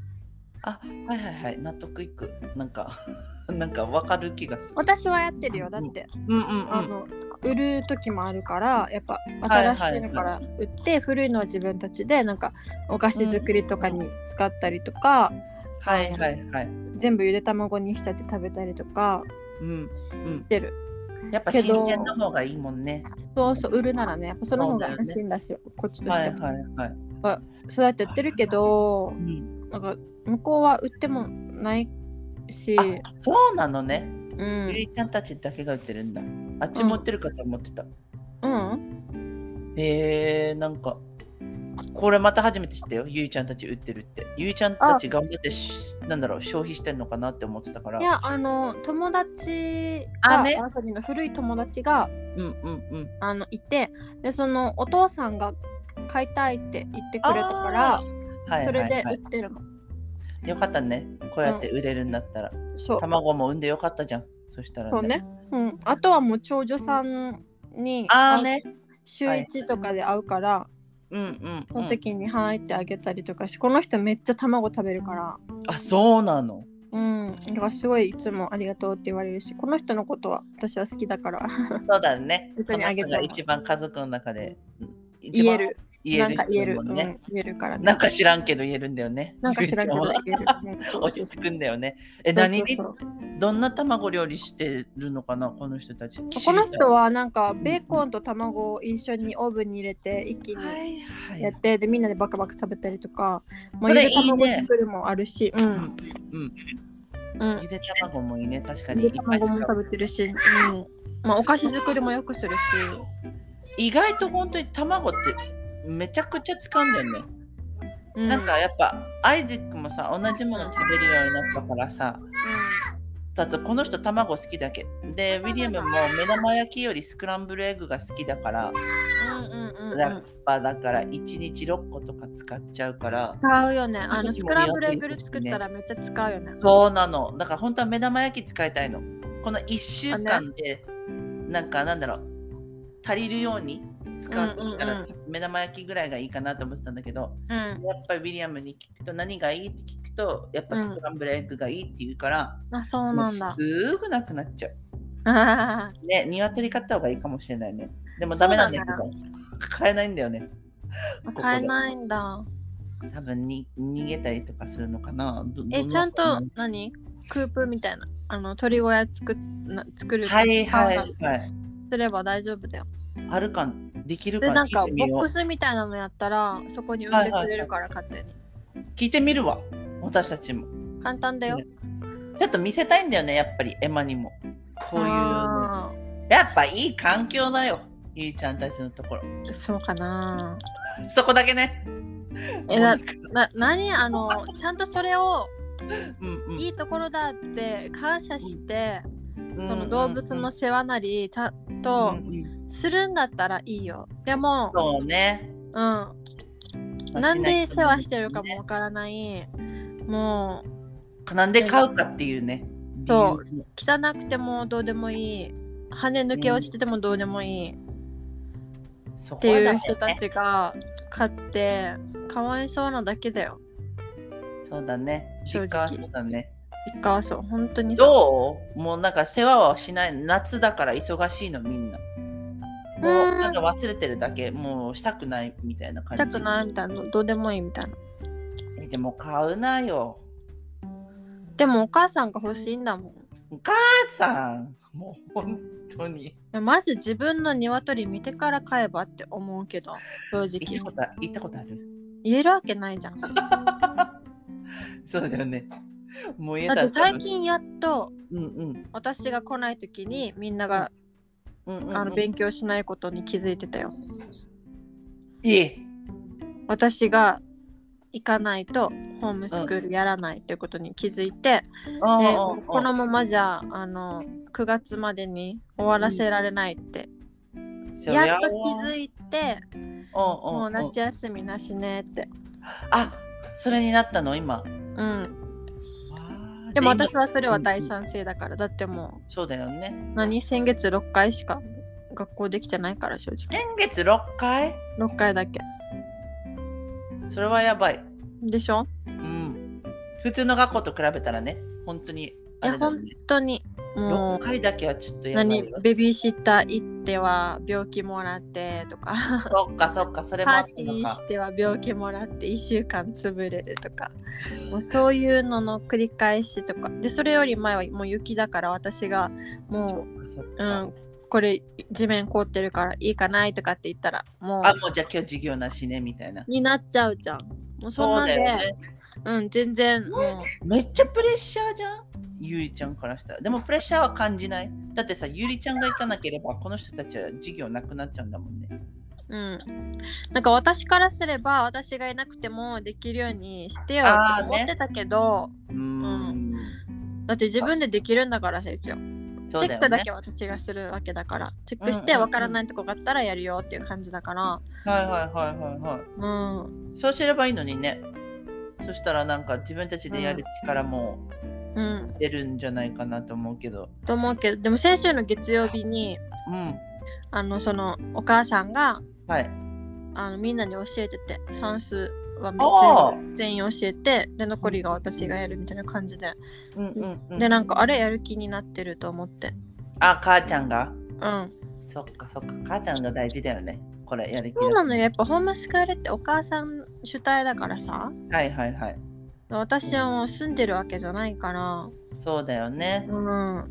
S2: はいはいはい納得いくなんか なんかわかる気がする
S1: 私はやってるよだって
S2: うんうんう
S1: あ
S2: ん
S1: の売る時もあるからやっぱ
S2: はいは
S1: 新
S2: い
S1: しいのから売って、古いのは自分たちでなんかお菓子作りとかに使ったりとか、
S2: はいはいはい
S1: 全部ゆで卵にしちゃって食べたりとか
S2: うん
S1: してる
S2: うんやっぱ
S1: け
S2: 新
S1: ど
S2: 鮮な方がいいもんね
S1: そうそう売るならねやっぱその方が
S2: そうだよね
S1: 安心だしこっちとし
S2: は
S1: て
S2: い
S1: も、
S2: はいはい、
S1: そうやってやってるけど
S2: うん、
S1: なんか向こうは売ってもないし、
S2: あそうなのね
S1: う
S2: ゆ
S1: ん、
S2: りちゃんたちだけが売ってるんだあっちも売ってるかと思ってた、
S1: うん
S2: へえなんかこれまた初めて知ったよゆいちゃんたち売ってるってゆいちゃんたち頑張ってしなんだろう消費してんのかなって思ってたから
S1: いやあの友達
S2: あ
S1: が
S2: ね
S1: アンソニーの古い友達が
S2: うんうんうん
S1: あのいてでそのお父さんが買いたいって言ってくれたから
S2: あ、はい
S1: そ
S2: は
S1: れ
S2: い、
S1: で売
S2: は
S1: ってるの、
S2: い、よかったねこうやって売れるんだったら、
S1: そう
S2: 卵も産んでよかったじゃんそしたら
S1: そうね、うん、あとはもう長女さんに
S2: ああね
S1: 週1とかで会うから、
S2: うんうん、
S1: そうの
S2: ん、
S1: 時に「はい」ってあげたりとかしこの人めっちゃ卵食べるから
S2: あそうなの
S1: うんだからすごいいつも「ありがとう」って言われるしこの人のことは私は好きだから
S2: そうだね
S1: 別にあげても
S2: この人が一番家族の中で一
S1: 言え
S2: 番
S1: る
S2: 言
S1: な
S2: え
S1: ん
S2: る
S1: か言える、
S2: 人だもん
S1: うん、
S2: ね
S1: 言えるから
S2: なんか知らんけど言えるんだよね。
S1: なんか知らんけど
S2: ゆうち
S1: 言える、うん
S2: ゃん
S1: そ
S2: は
S1: う
S2: 落
S1: そうそ
S2: ち
S1: う
S2: 着くんだよね。え、何で
S1: そうそう
S2: どんな卵料理してるのかな、この人たち。
S1: この人はなんかベーコンと卵を一緒にオーブンに入れて一気
S2: 知り
S1: に
S2: たい、はい
S1: や
S2: は
S1: っ
S2: い。
S1: てでみんなでバカバカ食べたりとか、まあ、
S2: そ
S1: ゆ
S2: れ
S1: で
S2: いい
S1: 卵
S2: ね
S1: 作るもあるし、う
S2: うんん、うん、
S1: うん
S2: ゆで卵もいいね、確かにい
S1: ゆ
S2: っ
S1: で
S2: ぱい
S1: 卵も
S2: 使
S1: 食
S2: う。
S1: べてるし、うんまあ、お菓子作りもよくするし
S2: 意外と本当に卵ってめちゃくちゃ使うんだよね。
S1: うん
S2: なんかやっぱアイゼックもさ、同じもの食べるようになったからさ。だとこの人卵好きだけでウィリアムも目玉焼きよりスクランブルエッグが好きだから
S1: うんうんうんうんう
S2: や
S1: ん
S2: っぱだから1日6個とか使っちゃうから
S1: 使うよねあの
S2: ち
S1: ス
S2: ょっと盛り上が
S1: クラン
S2: ってる
S1: ブルエッグル作ったらめっちゃ使うよね
S2: そうなのだから本当は目玉焼き使いたいのこの1週間でなんかなんだろう足りるように使うとした
S1: うんう
S2: ら
S1: ん
S2: 目玉焼きぐらいがいいかなと思ってたんだけど
S1: うん
S2: やっぱりウィリアムに聞くと何がいいって聞くとやっぱスクランブルエッグがいいって言うから、
S1: あそう
S2: もう
S1: なんだ
S2: すぐなくなっちゃう
S1: あー
S2: ね、鶏買った方がいいかもしれないね。でもダメなんだけ
S1: そ
S2: ど、買えないんだよね。こ
S1: 買えないんだ。
S2: 多分に逃げたりとかするのかな。ど
S1: え、ちゃん。
S2: ど
S1: と
S2: な
S1: 何クープみたいな。あの鳥小屋作っな作る
S2: はいはい
S1: あ
S2: はい。
S1: すれば大丈夫だよ。
S2: あるかん、できる
S1: で
S2: か
S1: なん
S2: 聞
S1: か
S2: いてみ
S1: ボッ
S2: よ
S1: クスみたいなのやったらそこに産んでくれるから勝手に。
S2: う。聞いてみるわ。私たちも。
S1: 簡単だよ。
S2: ちょっと見せたいんだよね、やっぱり、エマにも。こういうの。
S1: あ
S2: やっぱいい環境だよ、ゆいちゃんたちのところ。
S1: ーそうかな。
S2: そこだけね。
S1: えだな何あ のちゃんとそれを
S2: うんうん
S1: いいところだって感謝して、
S2: うん
S1: その動物の世話なりちゃん
S2: うん
S1: と
S2: うんうん
S1: するんだったらいいよ。でも、
S2: そうね。
S1: うん、なんで世話してるかもわからない。もう
S2: なんで買うかっていうね。
S1: そう
S2: 理由。
S1: 汚くてもどうでもいい。羽抜け落ちててもどうでもいい。
S2: そ
S1: っ
S2: こ
S1: て
S2: はだよ
S1: いう
S2: ね
S1: 人た。ちがかつてかわいそうなだけだよ。
S2: そうだね。
S1: 正直
S2: 実家はそうだね。
S1: 一家はそう、本当にそう。
S2: どうもうなんか世話はしない。夏だから忙しいの、みんな。もう
S1: うん
S2: なんか忘れてるだけ。もうしたくないみたいな
S1: 痛
S2: 感じ。
S1: くないみたいな、どうでもいいみたいな。
S2: えでも買うなよ。
S1: でもお母さんが欲しいんだもん。い
S2: お母さん、もう本当に。
S1: やまず自分の鶏見てから飼えばって思うけど、正
S2: 行
S1: 直
S2: った。ことあ行ったことある
S1: 言えるわけないじゃん。だ
S2: そうだよね。もう家
S1: って最、近やっと
S2: うんうん
S1: 私が来ない時にみんなが
S2: うんうんうん、
S1: あの勉強しないことに気づいてたよ。
S2: いい
S1: 私が行かないとホームスクールやらないっていうことに気づいて、
S2: あ
S1: で
S2: ああ
S1: このままじゃあの9月までに終わらせられないって、
S2: そりゃ
S1: やっと気づいて
S2: うんうん
S1: も
S2: う
S1: うん夏休みなしねって、
S2: あそれになったの今。
S1: うん、
S2: わあ
S1: でも
S2: じゃあ
S1: 私はそれは
S2: うん
S1: 大賛成だからだっても
S2: 今そうだよね
S1: う。何先月6回しか学校できてないから正直
S2: 先月6回
S1: 6回だけ
S2: それはやばい。
S1: でしょ
S2: うん。普通の学校と比べたらね、本当に
S1: い
S2: あ
S1: や
S2: れだよ
S1: 本
S2: ね。
S1: 当にも
S2: 6
S1: う
S2: 回だけはちょっとやばい
S1: 何
S2: よ。
S1: ベビーシッター行っては病気もらってとか
S2: そっかそっか、それもあ
S1: パ
S2: っ
S1: ー
S2: た
S1: ティ
S2: の
S1: ー
S2: か
S1: し。ては病気もらって1週間潰れるとかもうそういうのの繰り返しとかでそれより前はもう雪だから私がも
S2: そっかそっ
S1: う、う
S2: か
S1: ん、これ地面凍ってるからいいかないとかって言ったらも
S2: あ、もうじゃあ今日授業なしねみたいな
S1: う。になっちゃうじゃんもうそんなんでう,、
S2: よね。
S1: ん全然もう
S2: めっちゃプレッシャーじゃんゆりちゃんからしたら。でもプレッシャーは感じない。だってさ、ゆりちゃんが行かなければ、この人たちは授業なくなっちゃうんだもんね。
S1: うんなんか私からすれば私がいなくてもできるようにしてよ
S2: あ
S1: って
S2: ー
S1: 思ってたけど、
S2: うーん。
S1: だって自分でできるんだから成長
S2: そ
S1: チ
S2: う
S1: ェッ
S2: だよ
S1: ク
S2: ね
S1: だけ私がするわけだからチェックして
S2: うんうんうん
S1: わからないとこがあったらやるよっていう感じだから
S2: はいはいはいはいは
S1: うん、
S2: い。そうすればいいのにね。そしたらなんか自分たちでやる力も
S1: うん、
S2: 出るんじゃないかなと思うけど。
S1: と思うけどでも先週の月曜日に
S2: うん。
S1: あのそのお母さんが
S2: はい。
S1: あのみんなに教えてて算数はめ
S2: あ
S1: 全員全員教えてで残りが私がやるみたいな感じで、
S2: うんうんうん。
S1: でなんかあれやる気になってると思って
S2: あ、母ちゃんが。
S1: うん
S2: そっかそっか。母ちゃんが大事だよね。これやる気が
S1: そうなのよやっぱホームスクールってお母さん主体だからさ
S2: はいはいはい。
S1: 私はもう住んでるわけじゃないから
S2: そうだよね。
S1: うん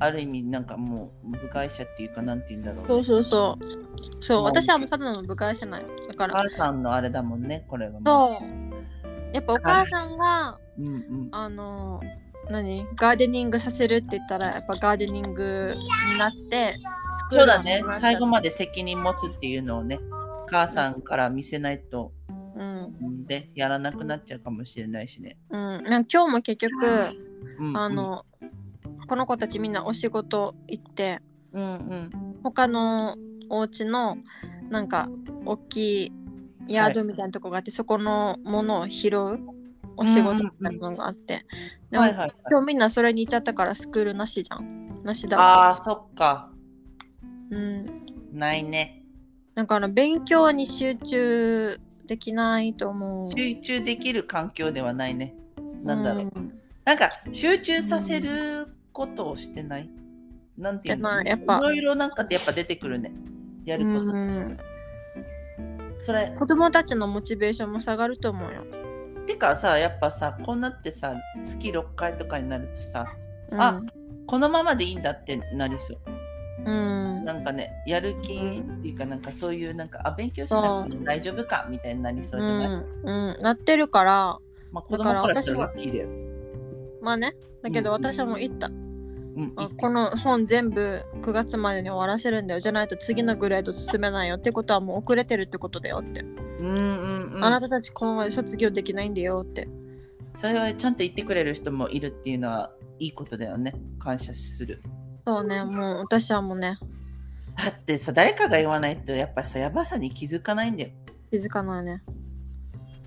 S2: ある意味なんかもう部外者っていうかなんて言うんだろう、
S1: そう
S2: ね、
S1: そうそうそう私はもうただの部外者なんよだか
S2: お
S1: ら
S2: 母さんのあれだもんねこれはも
S1: そうやっぱお母さんが
S2: う、うんうん、
S1: あの何ガーデニングさせるって言ったらやっぱガーデニングになってスクー
S2: そう
S1: ル
S2: だね最後
S1: ま
S2: まで責任持つっていうのをね母さんから見せないと
S1: で、うん
S2: でやらなくなっちゃうかもしれないしね、
S1: うん、なんか今日も結局
S2: うんうん、
S1: あのこの子たちみんなお仕事行って
S2: うんうん
S1: 他のお家のなんか大きいヤードみたいなとこがあって、そこのものを拾うお仕事みたいなのがあって、でも
S2: はいはいはい
S1: 今日みんなそれに行っちゃったからスクールなしじゃんなしだわ
S2: ああそっか
S1: うん
S2: ないね
S1: なんかあの勉強に集中できないと思う。
S2: 集中できる環境ではないねなんだろう、
S1: うん
S2: なんか集中させることをしてないなんていう
S1: ま
S2: の
S1: あやっ
S2: い
S1: ぱ
S2: ろいろなんかってやっぱ出てくるね。やること。
S1: うん
S2: それ、
S1: 子供たちのモチベーションも下がると思うよ。
S2: てかさ、やっぱさ、こうなってさ、月6回とかになるとさ、あこのままでいいんだってなりそう。
S1: うん、
S2: なんかね、やる気っていうか、なんかそういう、なんか、あ、勉強しなくても大丈夫かみたいになりそううじゃない、
S1: ん、うん、なってるから、
S2: まあ、子供からしたらラッキーだよ。
S1: まあね、だけど
S2: うん
S1: 私はもう言った、
S2: うん、
S1: あこの本全部9月までに終わらせるんだよ。じゃないと次のグレード進めないよってことはもう遅れてるってことだよって。
S2: うんうんうん。
S1: あなたたち今後卒業できないんだよって。
S2: それはちゃんと言ってくれる人もいるっていうのはいいことだよね。感謝する。
S1: そうね、もう私はもうね、
S2: だってさ、誰かが言わないと、やっぱさ、やばさに気づかないんだよ。
S1: 気づかないね。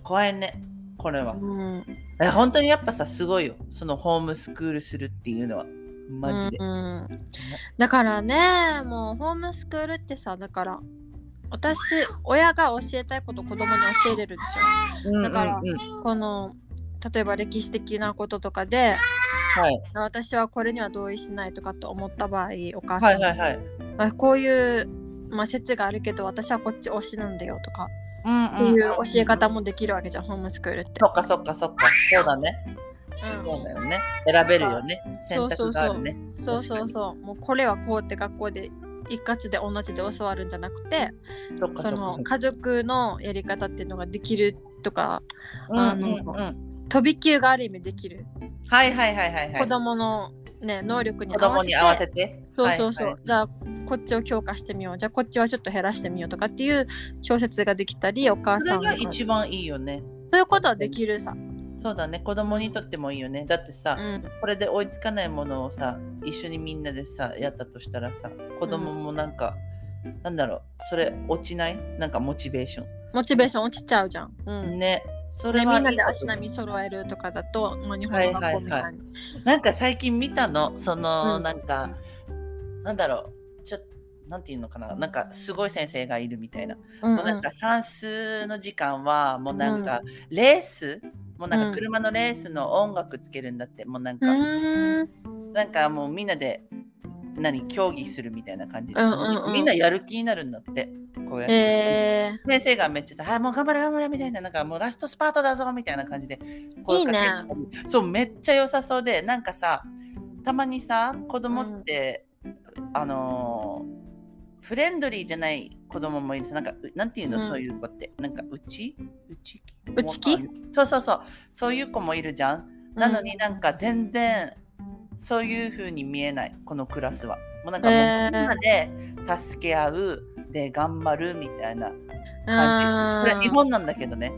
S2: 怖いね、これは。
S1: うん。
S2: え本当にやっぱさ、すごいよ。そのホームスクールするっていうのは。マジで。
S1: うんうんだからねもうホームスクールってさだから私親が教えたいこと子供に教えれるでし
S2: うん
S1: だから
S2: うんうん
S1: ょこの例えば歴史的なこととかで
S2: はい、
S1: 私はこれには同意しないとかと思った場合お母
S2: は
S1: さ
S2: い
S1: ん、
S2: はいはい。
S1: あこういう、まあ、説があるけど私はこっち推しなんだよとかって
S2: うん。
S1: いううん教え方もできるわけじゃんホームスクールって
S2: そ。っかそっかそっか。そうだね。
S1: うん
S2: そうだよね。選べるよね。
S1: そ
S2: 選
S1: うそ
S2: 択
S1: うそう
S2: があるね。
S1: そうそうそうもうこれはこうって学校で一括で同じで教わるんじゃなくて
S2: そっかそ
S1: そ
S2: っか
S1: の。家族のやり方っていうのができるとか
S2: うん
S1: あの
S2: うんうん。
S1: 飛び級がある意味できる、
S2: はいはいはいはいはい。
S1: 子供のね能力に
S2: 子
S1: 合わ
S2: 供
S1: せて
S2: に合わせて。
S1: そうそうそう、
S2: はいはい
S1: じゃあこっちを強化してみようじゃあこっちはちょっと減らしてみようとかっていう小説ができたりお母
S2: そ
S1: さ
S2: れ
S1: ん
S2: が
S1: が
S2: 一番いいよね。
S1: そういうことはできるさ、
S2: そうだね。子供にとってもいいよね。だってさ、
S1: うん、
S2: これで追いつかないものをさ一緒にみんなでさやったとしたらさ子供もなんか、なんだろうそれ落ちないなんかモチベーショ
S1: モチベーション落ちちゃうじゃん、うん
S2: ンねそ
S1: ね、
S2: れ
S1: みん
S2: はいい
S1: なで
S2: こと
S1: 足並み揃えるとかだと、まあ、日本の学校みたいに、
S2: なんか最近見たのその、
S1: うん
S2: なんかなんだろうちょっとなんていうのかななんかすごい先生がいるみたいな,、もう
S1: うん
S2: な
S1: うん
S2: んか算数の時間はもうなんか、レースもうなんか車のレースの音楽つけるんだってもうなんか、
S1: うーん
S2: なんかもうみんなで何競技するみたいな感じで、
S1: うんうんうん
S2: みんなやる気になるんだってこうやって、
S1: え
S2: 先生がめっちゃさ「はいもう頑張れ頑張れ」みたいななんかもうラストスパートだぞみたいな感じで声かけたりそうめっちゃ良さそうでなんかさたまにさ子供って、あのーフレンドリーじゃない子供もいるさなんかうなんていう
S1: う
S2: の、
S1: ん
S2: そういう子ってなんかうちうち
S1: うちき
S2: そうそうそうそういう子もいるじゃん
S1: ー、
S2: なのになんか全然そういう風に見えないこのクラスは。もうなんかもう
S1: へー
S2: みんなで助け合うで頑張るみたいな
S1: うん
S2: 感じ。これ
S1: うん
S2: 日本なんだけどね。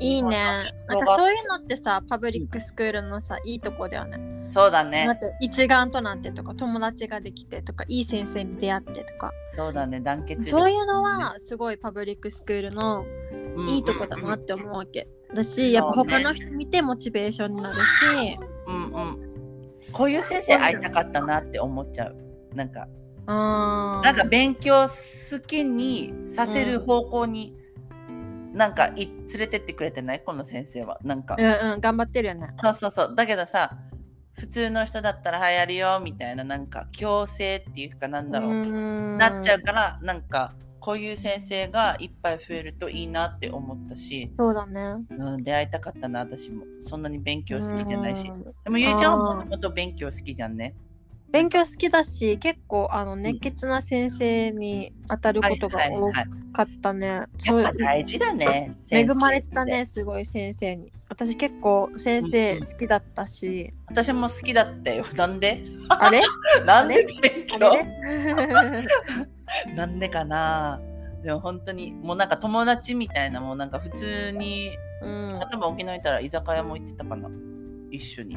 S1: いいねなん
S2: な
S1: ん
S2: か
S1: かそういうのってさパブリックスクールのさいいとこだよね
S2: そうだ
S1: だ
S2: ね
S1: っ。て一丸となってとか友達ができてとかいい先生に出会ってとか
S2: そうだね。団結力
S1: そういうのはすごいパブリックスクールの
S2: うん
S1: いいとこだなって思うわけだしやっぱ他の人見てモチベーションになるし
S2: うんうん。こういう先生会いたかったなって思っちゃう。なんか
S1: あ
S2: なんか勉強好きにさせる方向に、なんかい連れてってくれてないこの先生はなんか。
S1: うんうん頑張ってるよね
S2: そうそうそう。だけどさ、普通の人だったら流行るよみたいな、なんか強制っていうかなんだろう。な
S1: な
S2: っちゃうから、なんか、こういう先生がいっぱい増えるといいなって思ったし、
S1: そうだね
S2: うん、出会いたかったな、私も。そんなに勉強好きじゃないし
S1: う。ん
S2: でも、ゆいちゃんは
S1: あー
S2: もともと勉強好きじゃんね。
S1: 勉強好きだし結構あの熱血な先生に当たることが多
S2: はいはいはい
S1: かったね
S2: や
S1: そ
S2: っ
S1: う
S2: ぱ大事だね。
S1: 恵
S2: 先生って
S1: まれてた。ねすごい先生に私結構先生好きだったし、
S2: 私も好きだったよ。なんで
S1: あれ
S2: なんで勉
S1: あ
S2: 強
S1: れね
S2: なんでかなでも本当に、もうなんか友達みたいな、もうなんか普通に、
S1: うん
S2: 頭沖縄いたら居酒屋も行ってたかな。一緒に。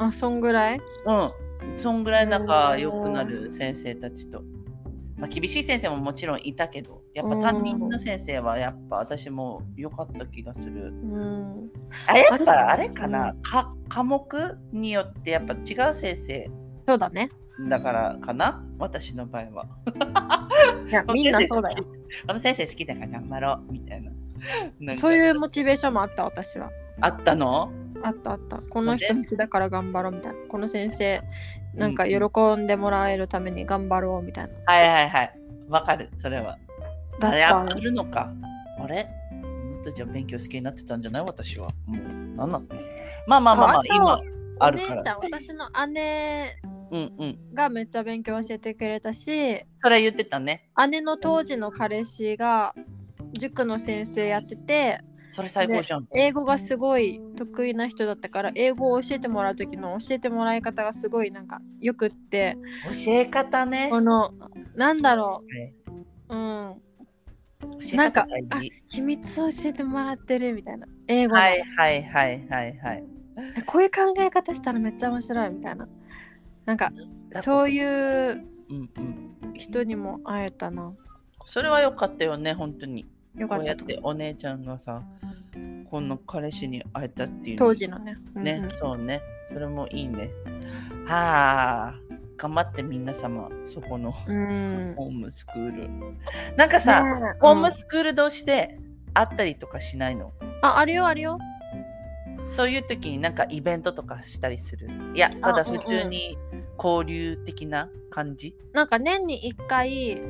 S1: あそんぐらい
S2: うん、そんぐらい仲良くなる先生たちと。まあ、厳しい先生ももちろんいたけど、やっぱ担任の先生はやっぱ私も良かった気がす
S1: う
S2: る。
S1: ん
S2: あやっ
S1: あれ
S2: ぱあれかなか科目によってやっぱ違う先生
S1: そうだね
S2: だからかな私の場合は。
S1: いやみんなそうだよ。
S2: あの先生好きだから頑張ろうみたいな。なんか
S1: そういうモチベーションもあった私は
S2: あったの
S1: あったあったこの人好きだから頑張ろうみたいなこの先生なんか喜んでもらえるために頑張ろうみたいな。
S2: はいはいはい。わかる、それは。
S1: だ
S2: あれ、あ
S1: った
S2: るのか。あれもっとじゃあ勉強好きになってたんじゃない私は。もう、なんなのまあまあまあまあ、
S1: ああ
S2: 今
S1: と
S2: あ
S1: お
S2: るか
S1: 姉ち
S2: ら。
S1: ゃん、私の姉
S2: うんうん。
S1: がめっちゃ勉強教えてくれたし、
S2: それ言ってたね。
S1: 姉の当時の彼氏が塾の先生やってて、
S2: それ最高じゃん。
S1: 英語がすごい得意な人だったから、英語を教えてもらう時の教えてもらい方がすごいなんかよくって、
S2: 教え方ね。
S1: この、なんだろ
S2: ね
S1: う、うん、
S2: 教え
S1: なん
S2: 方
S1: か
S2: がい
S1: あ
S2: い。
S1: 秘密を教えてもらってるみたいな、英語の。
S2: はいはいはいはいはい。
S1: こういう考え方したらめっちゃ面白いみたいな。なんかそういう
S2: うんうん。
S1: 人にも会えたな。
S2: それは良かったよね、本当に。
S1: よか
S2: こ
S1: っ
S2: うや
S1: たと
S2: ってお姉ちゃんがさ、この彼氏に会えたっていう。
S1: 当時のね。
S2: ね、
S1: うんうん
S2: そうね。それもいいね。はあ、頑張って皆様、そこの
S1: うん。
S2: ホームスクール。なんかさ、ホーム
S1: ス
S2: スクール同士で会ったりとかしないの
S1: あ、あるよあるよ。
S2: そういう時になんかイベントとかしたりするいや、ただ
S1: うんうん
S2: 普通に交流的な感じ
S1: なんか年に1回、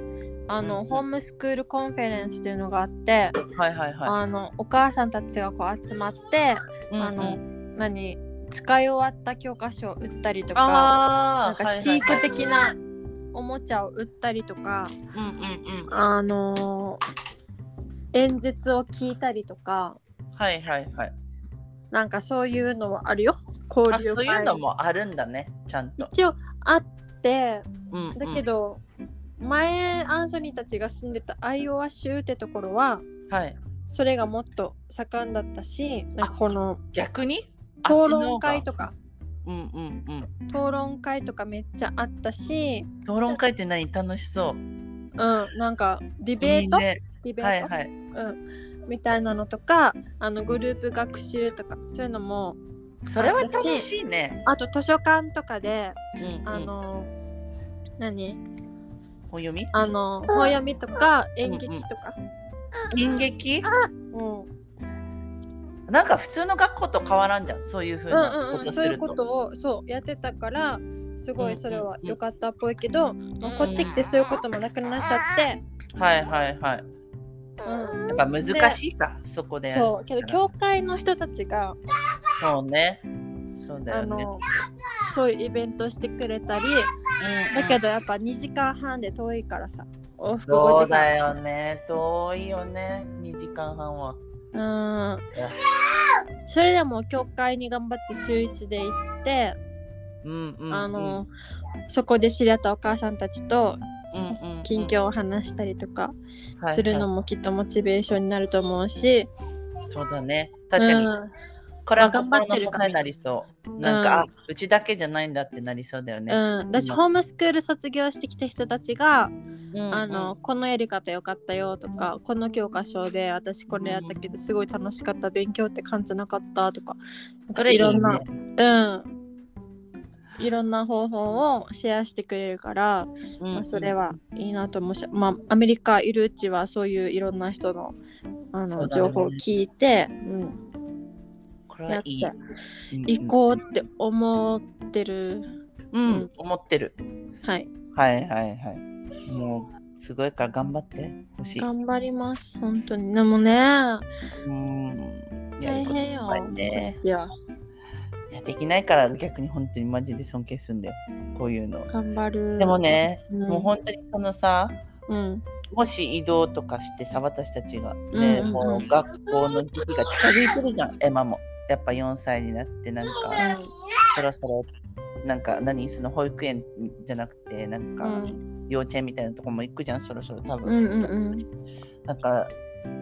S1: あの、
S2: うんうん
S1: ホームスクールコンフェレンスっていうのがあって、
S2: はいはいは
S1: あのお母さんたちがこう集まって、
S2: い。
S1: あ
S2: うんう
S1: の
S2: ん
S1: 何使い終わった教科書を売ったりとか、なん
S2: あー
S1: か地域的なおもちゃを売ったりとか、
S2: はいはいうんうんうん。
S1: あのー演説を聞いたりとか
S2: はいはいはい。
S1: なんかそういうのはあるよ
S2: あ
S1: 交流
S2: そう
S1: 会
S2: いうのもあるんだね、ちゃんと。
S1: 一応あって
S2: うんうん
S1: だけ、ど、前アンソニーたちが住んでたアイオワ州ってところは
S2: はい、
S1: それがもっと盛んだったしなんかこの
S2: 逆に
S1: 討論会と
S2: か。
S1: か
S2: うんうんうん。
S1: 討論会とかめっちゃあったし、
S2: 討論会って何楽しそう。
S1: うん、なんかディベート
S2: いいね
S1: ディベ
S2: は
S1: ー
S2: い
S1: ト、
S2: はい。
S1: うん、みたいなのとかあのグループ学習とかそういうのも
S2: それは楽しいね。
S1: あと図書館とかで
S2: うんうん
S1: あの、何
S2: 本読み
S1: あの本読みとか演劇とか、
S2: 演劇
S1: うん
S2: なんか普通の学校と変わらんじゃん。そういうふう
S1: うん
S2: な
S1: うん
S2: こ
S1: う
S2: と
S1: ん
S2: す
S1: そうい
S2: る。
S1: うこととをそうやってたからすごいそれは
S2: うんうんうん
S1: 良かったっぽいけど、まあこっち来てそういうこともなくなっちゃって、
S2: はいはいはい。
S1: うん
S2: やっぱ難しいか、そこでやる
S1: そうけど教会の人たちが、
S2: そうね。そう
S1: あ
S2: だよね。
S1: のそういうイベントしてくれたりだけ
S2: ど、
S1: どやっぱ2時間半で遠いからさ往復5
S2: そう
S1: 時間
S2: だよね。遠いよね。2時間半は。
S1: うんそれでも教会に頑張って週1で行って、
S2: うんうんうん。
S1: あのそこで知り合ったお母さんたちと
S2: うんうんうん
S1: 近況を話したりとか
S2: はい
S1: するの
S2: は
S1: もきっとモチベーションになると思うし、
S2: いそうだね。確かに。
S1: うん
S2: これは
S1: 頑
S2: 頑
S1: 張
S2: 張
S1: っ
S2: ってて
S1: る
S2: る
S1: か
S2: かららになりそう。なんか、あうちだけじゃないんだってなりそうだよね。
S1: うん、私
S2: 今
S1: ホームスクール卒業してきた人たちが、
S2: うん
S1: あの、このやり方良かったよとかこの教科書で私これやったけどすごい楽しかった勉強って感じなかったとか
S2: うんそれ
S1: い
S2: いいね
S1: ろんなうんいろんな方法をシェアしてくれるから、
S2: うん
S1: ま
S2: う
S1: あ、
S2: ん
S1: それはいいなと思うし、まあ、アメリカいるうちはそういういろんな人のあ
S2: そう
S1: の、
S2: だね
S1: 情報を聞いて、うん、
S2: これはいい
S1: やっ。
S2: うん
S1: 行こうって思ってる。
S2: うん、う
S1: うん
S2: ん、思ってる。
S1: はい、
S2: はいはいはい。もう、すごいから頑張ってほしい。
S1: 頑張ります、本当に。でもね、
S2: うん。や
S1: 大
S2: ることい
S1: 変
S2: っ
S1: よ、
S2: ぱい
S1: こ
S2: ね
S1: っちはい
S2: やできないから逆に本当にマジで尊敬するんだよ。こういうの。
S1: 頑張る。
S2: でも、ね、
S1: うん
S2: もう本当にそのさ、
S1: うん、
S2: もし移動とかしてさ、私たちが、ね
S1: うんうん
S2: もう学校の時期が近づいてるじゃん、エマも。やっぱ4歳になって、なんか、そろそろ、なんか何、その保育園じゃなくて、なん
S1: う
S2: か、
S1: ん、
S2: 幼稚園みたいなとこも行くじゃん、そろそろ多
S1: う
S2: 分。
S1: ん、うん、
S2: なんか、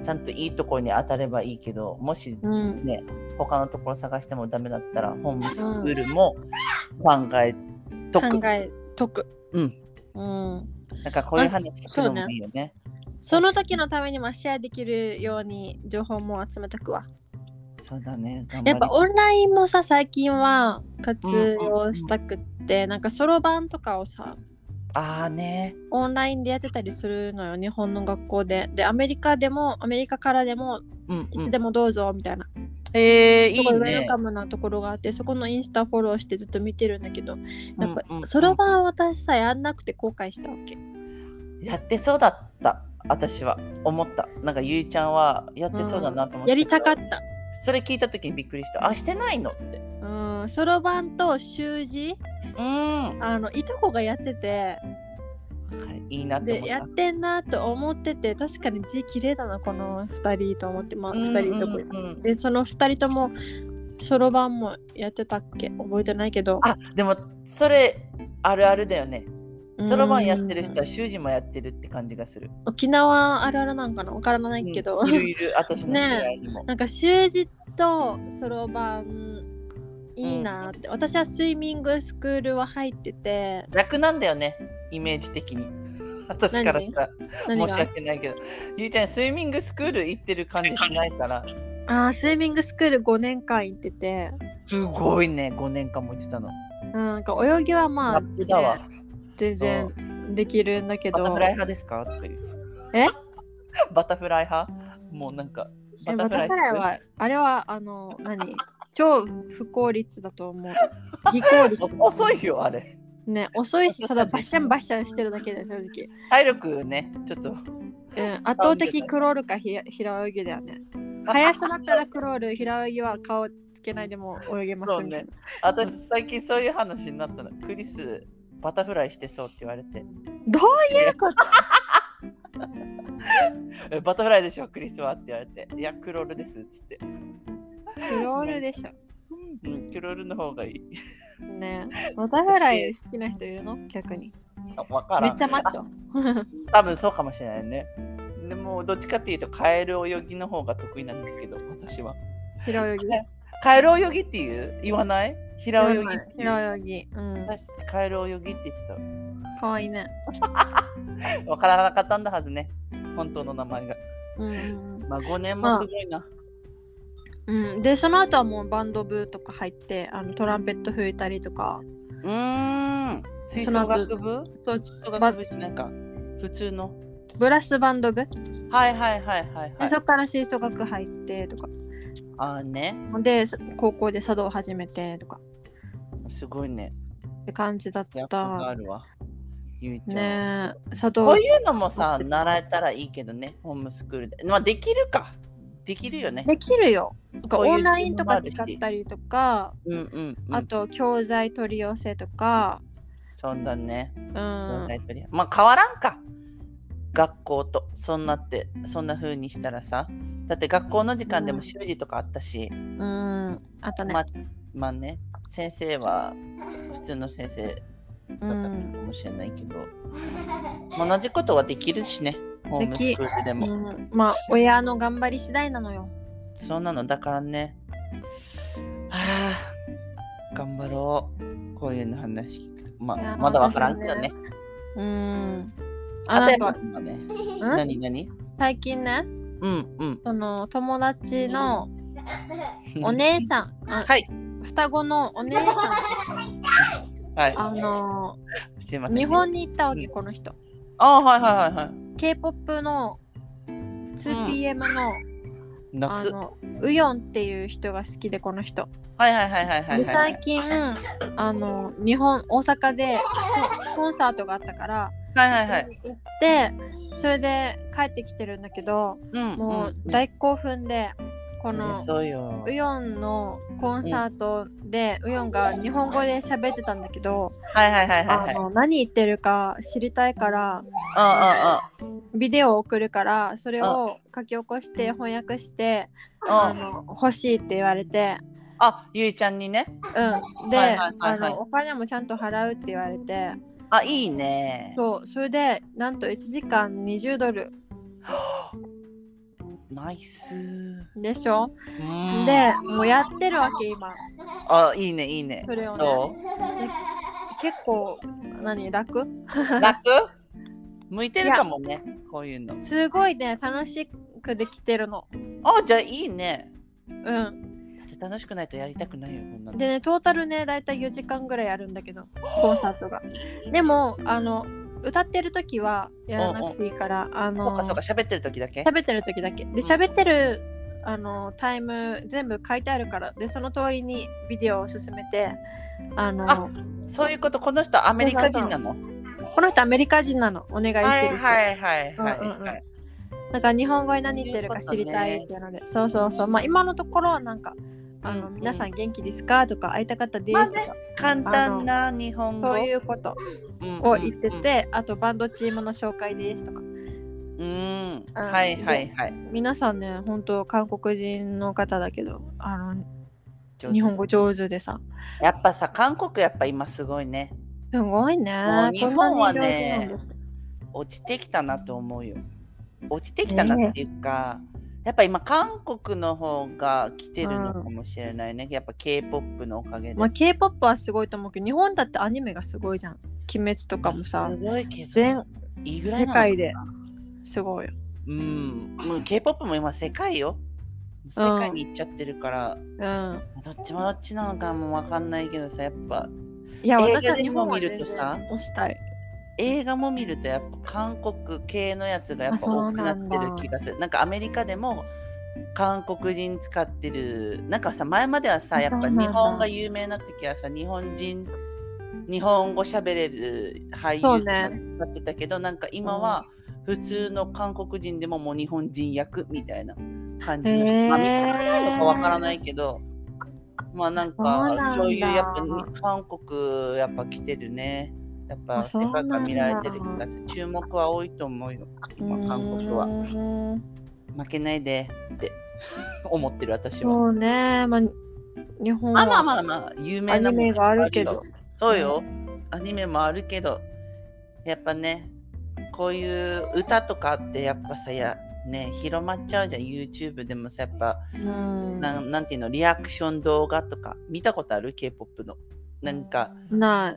S2: ちゃんといいところに当たればいいけど、もし
S1: うん、うん、
S2: ね、他のところ探してもダメだったら、ホームスクールも考えとく。
S1: 考えとく。
S2: うん。
S1: うん
S2: なんかこういう話聞くのもいいよね。
S1: その時のためにもシェアできるように情報も集めたくわ。
S2: そうだね。頑張
S1: や
S2: り
S1: っぱオンラインもさ最近は活用したくって、なんかそろばんとかをさ
S2: ああね。
S1: オンラインでやってたりするのよ日本の学校で。でアメリカでもアメリカからでも
S2: うん、うん。
S1: いつでもどうぞみたいな。
S2: えー、い
S1: す
S2: い
S1: ごいウェ
S2: ね
S1: ル。カムなところがあってそこのインスタフォローしてずっと見てるんだけどやっぱ
S2: うんうんうん
S1: それは私さえやんなくて後悔したわけ
S2: やってそうだった、私は。思った。なんか、ゆいちゃんはやってそうだなと思って、
S1: やりたかった
S2: それ聞いたときにびっくりした。あ、してないのって。
S1: うんそろばんと習字
S2: うん。
S1: あのいとこがやってて
S2: はい、いいなって思
S1: で
S2: っ
S1: や
S2: た
S1: っ。てんなと思ってて確かに字綺麗だなこの2人と思ってまあ
S2: うん
S1: 2人とこ、
S2: うんうん
S1: でその2人ともそろばんもやってたっけ覚えてないけど
S2: あ、でも、それ、あるあるだよね。
S1: うん
S2: そろばんやってる人は、習字もやってるって感じがする。
S1: 沖縄あるあるなんかなわからないけど、
S2: うんいるいる、私の知り合いにも。
S1: なんか習字とそろばんいいなって、私はスイミングスクールは入ってて
S2: 楽なんだよね、イメージ的に。 私からしたら
S1: 何
S2: 申し
S1: が
S2: 訳ないけど、ゆいちゃん、スイミングスクール行ってる感じしないから、
S1: あースイミングスクール5年間行ってて、
S2: すごいね、5年間も行ってたの。
S1: うん、なんか泳ぎはまあ、
S2: ラップだわ
S1: ね全然できるんだけ
S2: バ
S1: ど
S2: タフライ派ですかとかいう。
S1: え
S2: バタフライ派もうなんか、
S1: えバタフライはあれはあ の何超不効率だと 思う非効率
S2: お遅いよ、あれ。
S1: ね遅いしただバシャンバシャンしてるだけで正直、
S2: 体力ね、ちょっと。
S1: うん、圧倒的クロールかひ平泳ぎだよね速さだったらクロール平泳ぎは顔つけないでも泳げますみたいな、
S2: 私、最近そういう話になったの。クリス、バタフライしてそうって言われて。
S1: どういうこと
S2: えバタフライでしょ、クリスはって言われて。いや、クロールですっつって。
S1: クロールでしょ
S2: うん、クロールの方がいい。
S1: ねバタフライ好きな人いるの逆に
S2: あわから
S1: め
S2: ん
S1: っちゃマッチョ
S2: 多分そうかもしれないね。でも、どっちかっていうと、カエル泳ぎの方が得意なんですけど、私は。
S1: 平泳ぎ
S2: カエル泳ぎっていう言わない平泳ぎっていう。
S1: 平泳ぎうん
S2: 私たちカエル泳ぎって言って
S1: かわいいね
S2: た。わからなかったんだはずね。本当の名前が。
S1: うん
S2: まあ5年もすごいな。
S1: うん、でその後はもうバンド部とか入ってあのトランペット吹いたりとか
S2: うーん。吹奏楽部
S1: そう
S2: 吹奏楽部じゃないか。普通の。
S1: ブラスバンド部、
S2: はいはいはいはい、は
S1: で
S2: い
S1: そ。こから吹奏楽入ってとか
S2: ああね。
S1: でそ高校で茶道を始めてとか
S2: すごいね。
S1: って感じだっ
S2: やっがあ
S1: た
S2: るわ。ゆいちゃん。
S1: ねえ茶
S2: こ
S1: 道
S2: ういうのもさ、習えたらいいけどね、ホームスクールで。まあできるか。できるよね。
S1: できるよなんか
S2: こういう
S1: オンラインとか
S2: 自
S1: 使
S2: 分
S1: っ
S2: もあるした
S1: りとか
S2: うんうん、うん。
S1: あと教材取り寄せとか
S2: そうだね。
S1: うん
S2: 盆栽取りまあ変わらんか学校とそんなってそんな風にしたらさだって学校の時間で
S1: う
S2: も
S1: ん
S2: 習字とかあったし、
S1: うんあとね、
S2: まあまあね先生は普通の先生だっ
S1: う
S2: たか
S1: ん
S2: もしれないけど、同じことはできるしねホームスクールでも、
S1: うん、まあ親の頑張り次第なのよ
S2: そんなのだからねはあ頑張ろうこういうの話聞くとま
S1: いや
S2: あ
S1: ー
S2: まだわからんけどね
S1: うんあ
S2: あ
S1: なん
S2: と
S1: か
S2: はね
S1: うん
S2: 何何
S1: 最近ね
S2: うんうん
S1: その友達のお姉さん、あ
S2: はい
S1: 双子のお姉さん
S2: はい
S1: あの
S2: すいません
S1: 日本に行ったわけ
S2: うん
S1: この人
S2: ああはいはいはいはい
S1: k p o p の 2PM の,、あ
S2: 夏
S1: のウヨンっていう人が好きでこの人、
S2: はいはいはいはいはい
S1: で
S2: はい
S1: 最近あの日本大阪でココンサートがあったから
S2: はいはいはい
S1: 行ってそれで帰ってきてるんだけど
S2: うん
S1: もう
S2: うん
S1: 大興奮でこの
S2: そりゃそうよ
S1: ウヨンのコンサートで、ウヨンが日本語で喋ってたんだけど、
S2: はいはいはいはいはい
S1: あの何言ってるか知りたいから
S2: あ
S1: ビデオを送るからそれを書き起こして翻訳して
S2: あ
S1: あ
S2: あ
S1: の欲しいって言われて、
S2: あゆいちゃんにね
S1: うん、
S2: はい
S1: で
S2: はいは
S1: あ
S2: いはい
S1: のお金もちゃんと払うって言われて
S2: あいいね
S1: そうそれでなんと1時間20ドル
S2: ナイス
S1: でしょ
S2: うん
S1: でもうやってるわけ今
S2: あいいねいいね
S1: それをね
S2: ど
S1: 結構何楽
S2: う楽向いてるかもねこういうの
S1: すごいね楽しくできてるの。
S2: あじゃあいいね
S1: うん
S2: だって楽しくないとやりたくないよこんなの
S1: でねトータルねだいたい4時間ぐらいやるんだけどコンサートがでもあの歌ってる時はやらなくていいからあ
S2: そう
S1: の
S2: かそうか喋ってる時だけ
S1: 喋ってる時だけで喋ってるあのタイム全部書いてあるからでその通りにビデオを進めてあの
S2: あそういうこと、この人アメリカ人なの。
S1: この人アメリカ人なのお願い
S2: は
S1: して
S2: い
S1: る人、
S2: はいはいはい
S1: うんうんうん
S2: はい。
S1: なんか日本語に何言ってるか知りたいっていうのでそうそうそうまあ今のところはなんかあの、
S2: うんうん
S1: 皆さん元気ですかとか会いたかったです
S2: まあ
S1: と
S2: ね
S1: か、
S2: 簡単な日本語
S1: そういうこと
S2: うん
S1: を言ってて、あとバンドチームの紹介ですとか
S2: うんうんはいはいはい。
S1: 皆さんね本当韓国人の方だけどあの
S2: 上手
S1: 日本語上手でさ
S2: やっぱさ、韓国やっぱ今すごいね。
S1: すごいね
S2: もう日本は
S1: こん
S2: ね
S1: なに上手なんです
S2: 落ちてきたなと思うよ。落ちてきたなっていうか、やっぱ今韓国の方が来てるのかもしれないね。やっぱ K-POP のおかげで。
S1: まあ、K-POP はすごいと思うけど日本だってアニメがすごいじゃん鬼滅とかもさ
S2: すごいけど
S1: 全
S2: いいぐらい
S1: 世
S2: なのかな
S1: 界ですごいよ、
S2: うん、もう K-POP も今世界よ。世界に行っちゃってるから、
S1: うん、
S2: どっちもどっちなのかもわかんないけどさ、やっぱ
S1: いや
S2: 映画で
S1: 私は日本は
S2: 見るとさ
S1: 全然推したい
S2: 映画も見るとやっぱ韓国系のやつがやっぱ
S1: あそ
S2: 多
S1: う
S2: く
S1: な
S2: なんっ
S1: だ
S2: てる気がする。なんかアメリカでも韓国人使ってる、なんかさ、前まではさ、
S1: あ
S2: やっ
S1: そ
S2: ぱ
S1: うなんだ
S2: 日本が有名な時はさ、日本人、日本語喋れる俳優
S1: そう
S2: と
S1: ね
S2: か使ってたけど、なんか今は普通の韓国人でももう日本人役みたいな感じの、
S1: へー
S2: まあ、見つかるのかわからないけど、まあなん
S1: そうなん
S2: か
S1: だ
S2: そういうやっぱに韓国やっぱ来てるね。やっぱ
S1: あそう
S2: 世
S1: なんだ
S2: 界が見られてる気がする。注目は多いと思うよ。今韓国は
S1: うーん
S2: 負けないでって 思ってる私は。
S1: そうねまあ日本は
S2: あまあまあまあ有名なも
S1: ア
S2: の
S1: ニメがあるけど
S2: いっぱいあるよそうよ。アニメもあるけど、やっぱね、こういう歌とかってやっぱさやね広まっちゃうじゃん YouTube でもさやっぱ。
S1: うん
S2: なんなんていうのリアクション動画とか見たことある K-POP のなんか
S1: な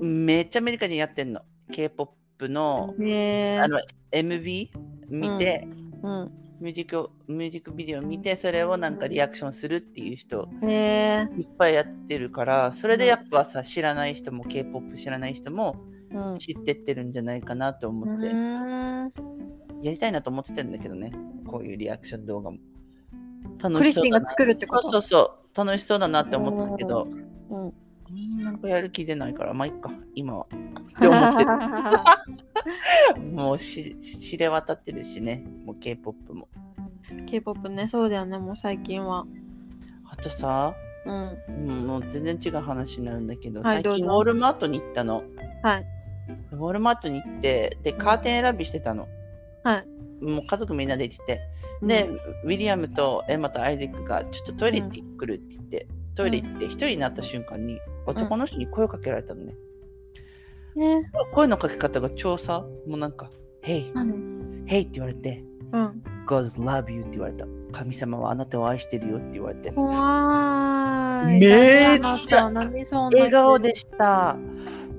S2: めっちゃアメリカ人やってんの K-POP の
S1: いね
S2: あの MV 見て、
S1: うん
S2: ミュージックミュージックビデオ見てそれをなんかリアクションするっていう人
S1: ね
S2: いっぱいやってるからそれでやっぱさ知らない人も K-POP 知らない人も
S1: うん
S2: 知ってってるんじゃないかなと思って、
S1: うーん
S2: やりたいなと思ってたんだけどねこういうリアクション動画も楽
S1: クリ
S2: し
S1: ス
S2: そ
S1: ティン
S2: うだ
S1: が
S2: な
S1: 作るってこ
S2: そう
S1: と
S2: そうそう楽しそうだなって思ったけど、
S1: うん
S2: なんかやる気出ないから、まあいっか、今は。って 思ってる。もうし知れ渡ってるしね、もう K-POP も。
S1: K-POP ねそうだよねもう最近は
S2: あとさ、
S1: うん
S2: うんもう全然違う話になるんだけど、
S1: はいどう
S2: 最
S1: ぞ
S2: 近ウォールマートに行ったの。
S1: はい
S2: ウォールマートに行って、で、カーテン選びしてたの。
S1: はい
S2: もう家族みんなで行ってて。で、ウィリアムとエマとアイゼックが、ちょっとトイレ行ってくるって言って、トイレ行って一人になった瞬間に、男の人に声をかけられたのね。
S1: ね
S2: 声のかけ方が超さ、もうなんか、Hey! Hey! って言われて、
S1: うん、
S2: God's love you って言われた。神様はあなたを愛してるよって言われて。
S1: 怖い。
S2: めっちゃ
S1: 何そんな
S2: 笑顔でした。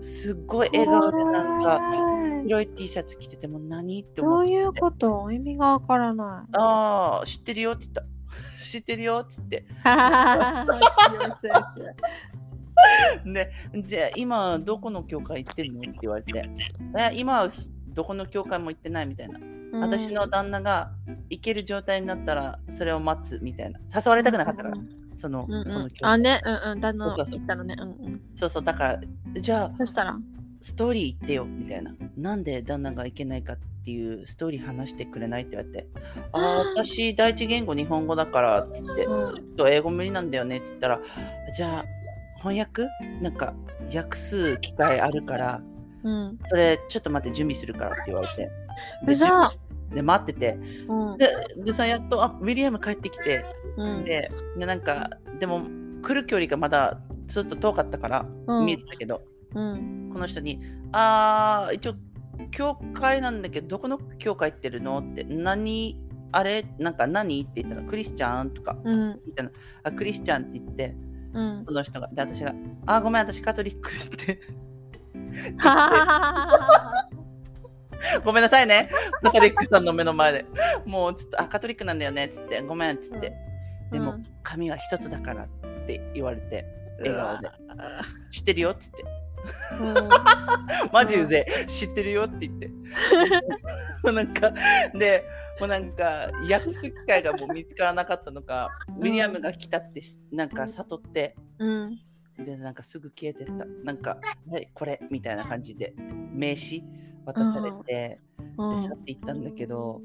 S2: すっごい笑顔でなんか
S1: か。
S2: 白い T シャツ着てても何って
S1: ど
S2: 思っ
S1: う
S2: て。
S1: いうこと意味がわから ない。
S2: ああ、知ってるよって言った。 知ってるよって言って。
S1: 強い強い強い
S2: で、じゃあ今どこの教会行ってるのって言われて。え今はどこの教会も行ってないみたいな。
S1: うん
S2: 私の旦那が行ける状態になったらそれを待つみたいな。誘われたくなかったから
S1: う。ん
S2: その、
S1: うん
S2: こ
S1: う
S2: の
S1: ん
S2: 教
S1: あ
S2: 会。
S1: ね、うんうん、旦那
S2: そうそうそう
S1: 言ったのね。うんうん
S2: そうそう、だから、じゃあ。
S1: そしたら、
S2: ストーリー言ってよみたいな。なんで旦那がいけないかっていうストーリー話してくれないって言われて。ああ、私、第一言語日本語だからって言って、ち
S1: う
S2: ょっと英語無理なんだよねって言ったら、じゃあ翻訳なんか訳す機会あるから、
S1: うん。
S2: それちょっと待って準備するからって言われて。
S1: う
S2: で
S1: ざ
S2: で、待ってて。
S1: うん
S2: で、でさ、やっとあウィリアム帰ってきて、
S1: うん
S2: で、でなんか、でも来る距離がまだちょっと遠かったから、
S1: うん
S2: 見えてたけど、
S1: うん
S2: この人に「あー一応教会なんだけどどこの教会行ってるの?」って「何あれなんか何?」って言ったら「クリスチャン?」とか
S1: うん
S2: みたいな「あクリスチャン」って言って
S1: うん
S2: その人がで私が「あーごめん私カトリック」って
S1: はははは
S2: 「ごめんなさいねカトリックさんの目の前でもうちょっとあカトリックなんだよね」っつって「ごめん」っつって「でも
S1: うん
S2: 髪は一つだから」って言われて笑顔で
S1: うわ
S2: 「知ってるよ」っつって
S1: うん
S2: マジで知ってるよって言って。なんかでもうなんか訳す機会がもう見つからなかったのか、ウィリアムが来たってしなんか悟って
S1: うん。
S2: でなんかすぐ消えてったなんか「はいこれ」みたいな感じで名刺渡されて、
S1: う
S2: で去
S1: ん
S2: っ、ていったんだけど、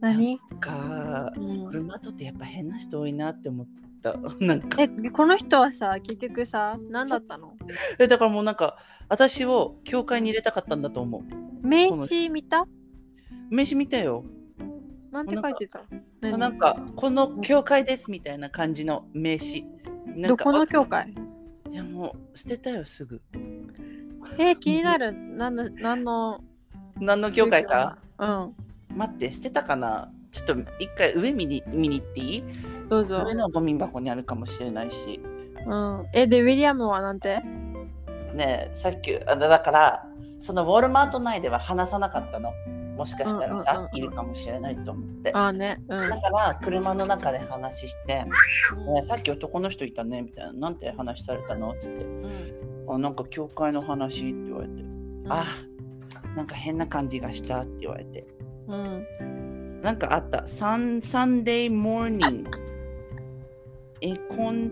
S1: 何、
S2: なんか
S1: うん
S2: 車とってやっぱ変な人多いなって思った なんか
S1: え、この人はさ、結局さ、何だったの
S2: えだからもうなんか私を教会に入れたかったんだと思う
S1: 名刺見た
S2: 名刺見たよ
S1: なんて書いてた何
S2: なんかこの教会ですみたいな感じの名刺なん
S1: ど
S2: か
S1: この教会
S2: あいやもう捨てたよすぐ
S1: えー気になる。何の、何の。
S2: 何の教会か
S1: うん。
S2: 待って捨てたかなちょっと一回上見に見に行っていい
S1: どうぞ
S2: 上。のゴミ箱にあるかもしれないし
S1: うん。え、で、ウィリアムはなんて
S2: ねえさっきあだだからそのウォルマート内では話さなかったのもしかしたら
S1: うんうん
S2: さ
S1: うんうん
S2: いるかもしれないと思って
S1: ああね。うん。
S2: だから車の中で話して「ねえさっき男の人いたね」みたいな「なんて話されたの?」って言って
S1: うん
S2: 「あなんか教会の話」って言われて「あなんか変な感じがした」って言われて
S1: うん。
S2: なんかあったサンサンデーモーニング絵コン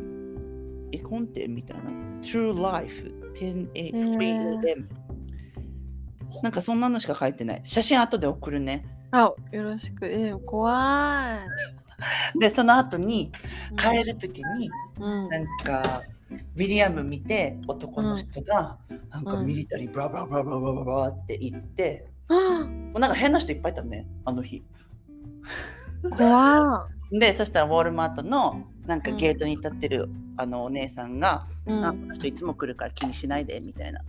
S2: 絵コンテみたいな True Life 10 a m なんかそんなのしか書いてない写真後で送るね
S1: あ、よろしく。えー、怖い。
S2: でその後に帰
S1: る。
S2: る時に
S1: うん。
S2: なんかウィリアム見て男の人がなんかミリタリーブラブラブラブラブラブラって言って
S1: あ
S2: もうなんか変な人いっぱいいたのねあの日
S1: 怖
S2: でそしたらウォルマートのなんかゲートに立ってる、あのお姉さんが
S1: い。う
S2: あ
S1: ん。
S2: この人いつも来るから気にしないでみたいな。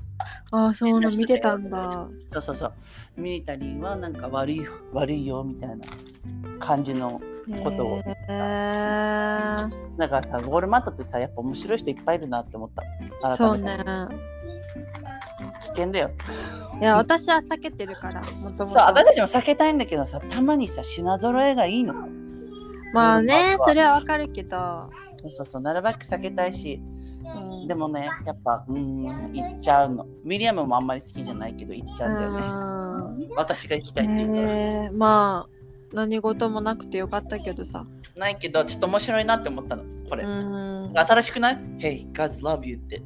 S1: ああ、そうなの見てたんだ。
S2: そうそうそう。ミリタリーはなんか悪い悪いよみたいな感じの。ことを
S1: へー
S2: だからさ、ウォルマートってさ、やっぱ面白い人いっぱいいるなって思った。
S1: そう
S2: 改めて
S1: ね。
S2: 危険だよ。
S1: いや、私は避けてるから、もと
S2: そう、
S1: もと。
S2: 私たちも避けたいんだけどさ、たまにさ、品揃えがいいの。
S1: まあ
S2: ウォルマ
S1: ね
S2: ート、は
S1: それはわかるけど。
S2: そうそうそう、なるべく避けたいし、
S1: うん
S2: でもね、やっぱ、うーん、行っちゃうの。ウィリアムもあんまり好きじゃないけど、行っちゃうんだよね。私が行きたいって言うから。
S1: えー、まあ何事もなくてよかったけどさ。
S2: ないけど、ちょっと面白いなって思ったの、これ。
S1: うん。
S2: 新しくない ?Hey, God's love you って。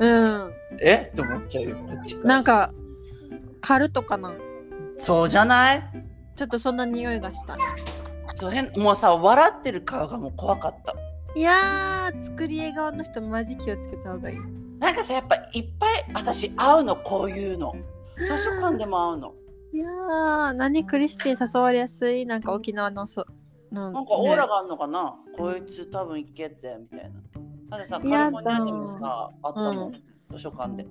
S1: うん。
S2: えって思っちゃうよ、こっちから
S1: なんかカルトかな。
S2: そうじゃない
S1: ちょっとそんな匂いがした。
S2: そう変もうさ、笑ってる顔がもう怖かった。
S1: いやー、作り笑顔の人マジ気をつけた方がいい。
S2: なんかさ、やっぱいっぱい私会うの、こういうの。図書館でも会うの。
S1: いやー、何クリスティ誘われやすいなんか沖縄のその
S2: なんかオーラ
S1: ね
S2: があるのかな、こいつ多分行けっぜ、みたいな。なんかさ、カ
S1: い
S2: リフ
S1: や
S2: ォルニアでもさ、あったもん、
S1: う
S2: 図書館で。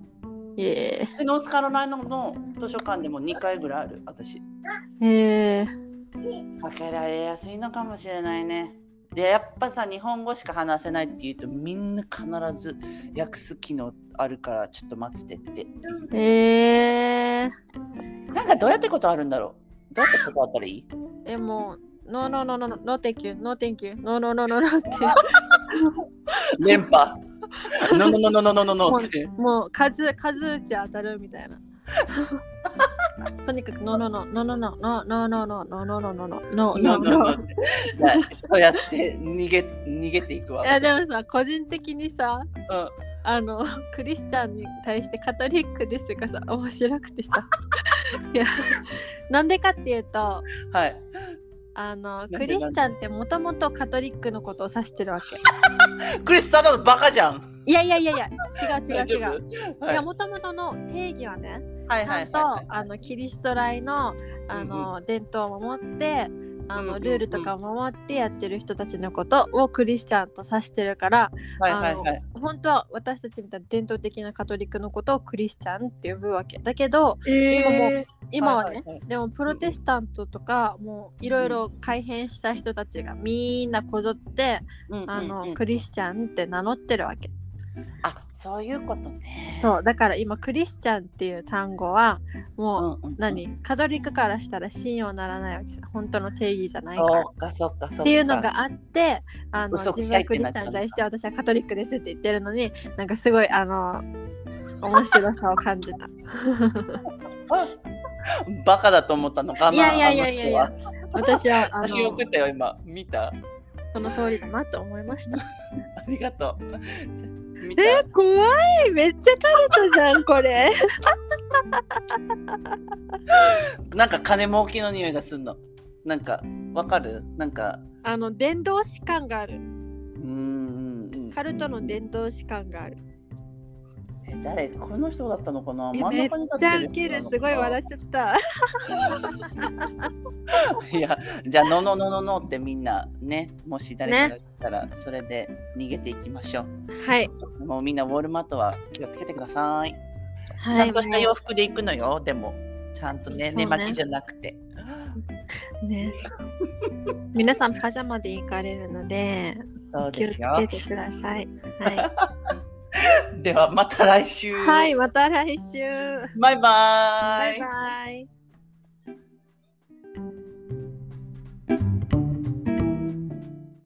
S1: え
S2: でノースカロライナの図書館でも2回ぐらいある、私。
S1: ー、え
S2: かけられやすいのかもしれないね。でやっぱさ日本語しか話せないっていうとみんな必ず訳す機能あるからちょっと待っててって
S1: ー、えー、
S2: なんかどうやってことあるんだろうどうやってことあったらいい
S1: え、もう。ノーノーノーノーノーテンキューノーテンキューノーノーノーノーノーって
S2: 連覇ノノノノノノノノって
S1: もう数数打ち当たるみたいな。 とにかくノノノノノノノノノノノノノノノ
S2: ノ
S1: ノ
S2: ノノ
S1: ノ
S2: ってそうやって逃げ逃げていくわ
S1: いやでもさ個人的にさ
S2: うん
S1: あの クリスチャンに対してカトリックですがさ面白くて さいやなんでかっていうと
S2: はい
S1: あの
S2: んで
S1: クリスチャンってもともとカトリックのことを指してる わけ
S2: クリスタのバカじゃん
S1: いやいやいやいや違う違う違う、
S2: う
S1: い
S2: はい
S1: や
S2: はい
S1: もともとの定義はね
S2: はい
S1: ちゃんと、あのキリスト来のあの、伝統を守ってあ
S2: うんうんう
S1: の
S2: ん
S1: ルールとかを守ってやってる人たちのことをクリスチャンと指してるから
S2: はいはいはい
S1: 本当は私たちみたいな伝統的なカトリックのことをクリスチャンって呼ぶわけだけど
S2: え
S1: 今はね、
S2: はいはいは
S1: でもプロテスタントとかもういろいろ改変した人たちがみんなこぞって、あのクリスチャンって名乗ってるわけ
S2: あそういうことね
S1: そうだから今クリスチャンっていう単語はもう
S2: うんうんうん
S1: 何カトリックからしたら信用ならないわけさ本当の定義じゃないからっ
S2: そうかそうかそうか。って
S1: いうのがあってあの
S2: 嘘く
S1: 自分は
S2: さいって
S1: クリ
S2: なっ
S1: ス
S2: ち
S1: チャンに
S2: ゃうのか
S1: 対して私はカトリックですって言ってるのに なんかすごいあの面白さを感じた
S2: バカだと思ったのかな。
S1: いやいやいやいやい
S2: あ
S1: や
S2: の人は。
S1: 私はあの
S2: 私送ったよ、今。見た。あ
S1: その通りだなと思いました。
S2: りがとう。 見た。
S1: えー、怖いめっちゃカルトじゃんこれ。
S2: なんか金儲けの匂いがすんの。なんか、わかるなんか、
S1: あの伝道師感がある。
S2: うーん。うんうん
S1: カルトの伝道師感がある。
S2: え誰この人だったのかな
S1: え
S2: 真ん
S1: めっ
S2: 中に立っ
S1: ちゃ
S2: て
S1: ウ
S2: る
S1: ケ
S2: 人
S1: る
S2: なのかな
S1: すごい笑っちゃった。
S2: いや、じゃあ、のののののってみんなね、もし誰かが来たら、それで逃げていきましょう。
S1: はい
S2: もうみんなウォルマートは気をつけてください。ち
S1: は
S2: ゃんとした洋服で行くのよ、でも。ちゃんとね、
S1: そうね
S2: 寝巻きじゃなくて。
S1: ね。皆さんパジャマで行かれるので
S2: そう
S1: 気を
S2: で
S1: つ
S2: すよ
S1: け。てください。は
S2: では、また来週。
S1: い、はい、また来週。
S2: バイバー
S1: バイバイ。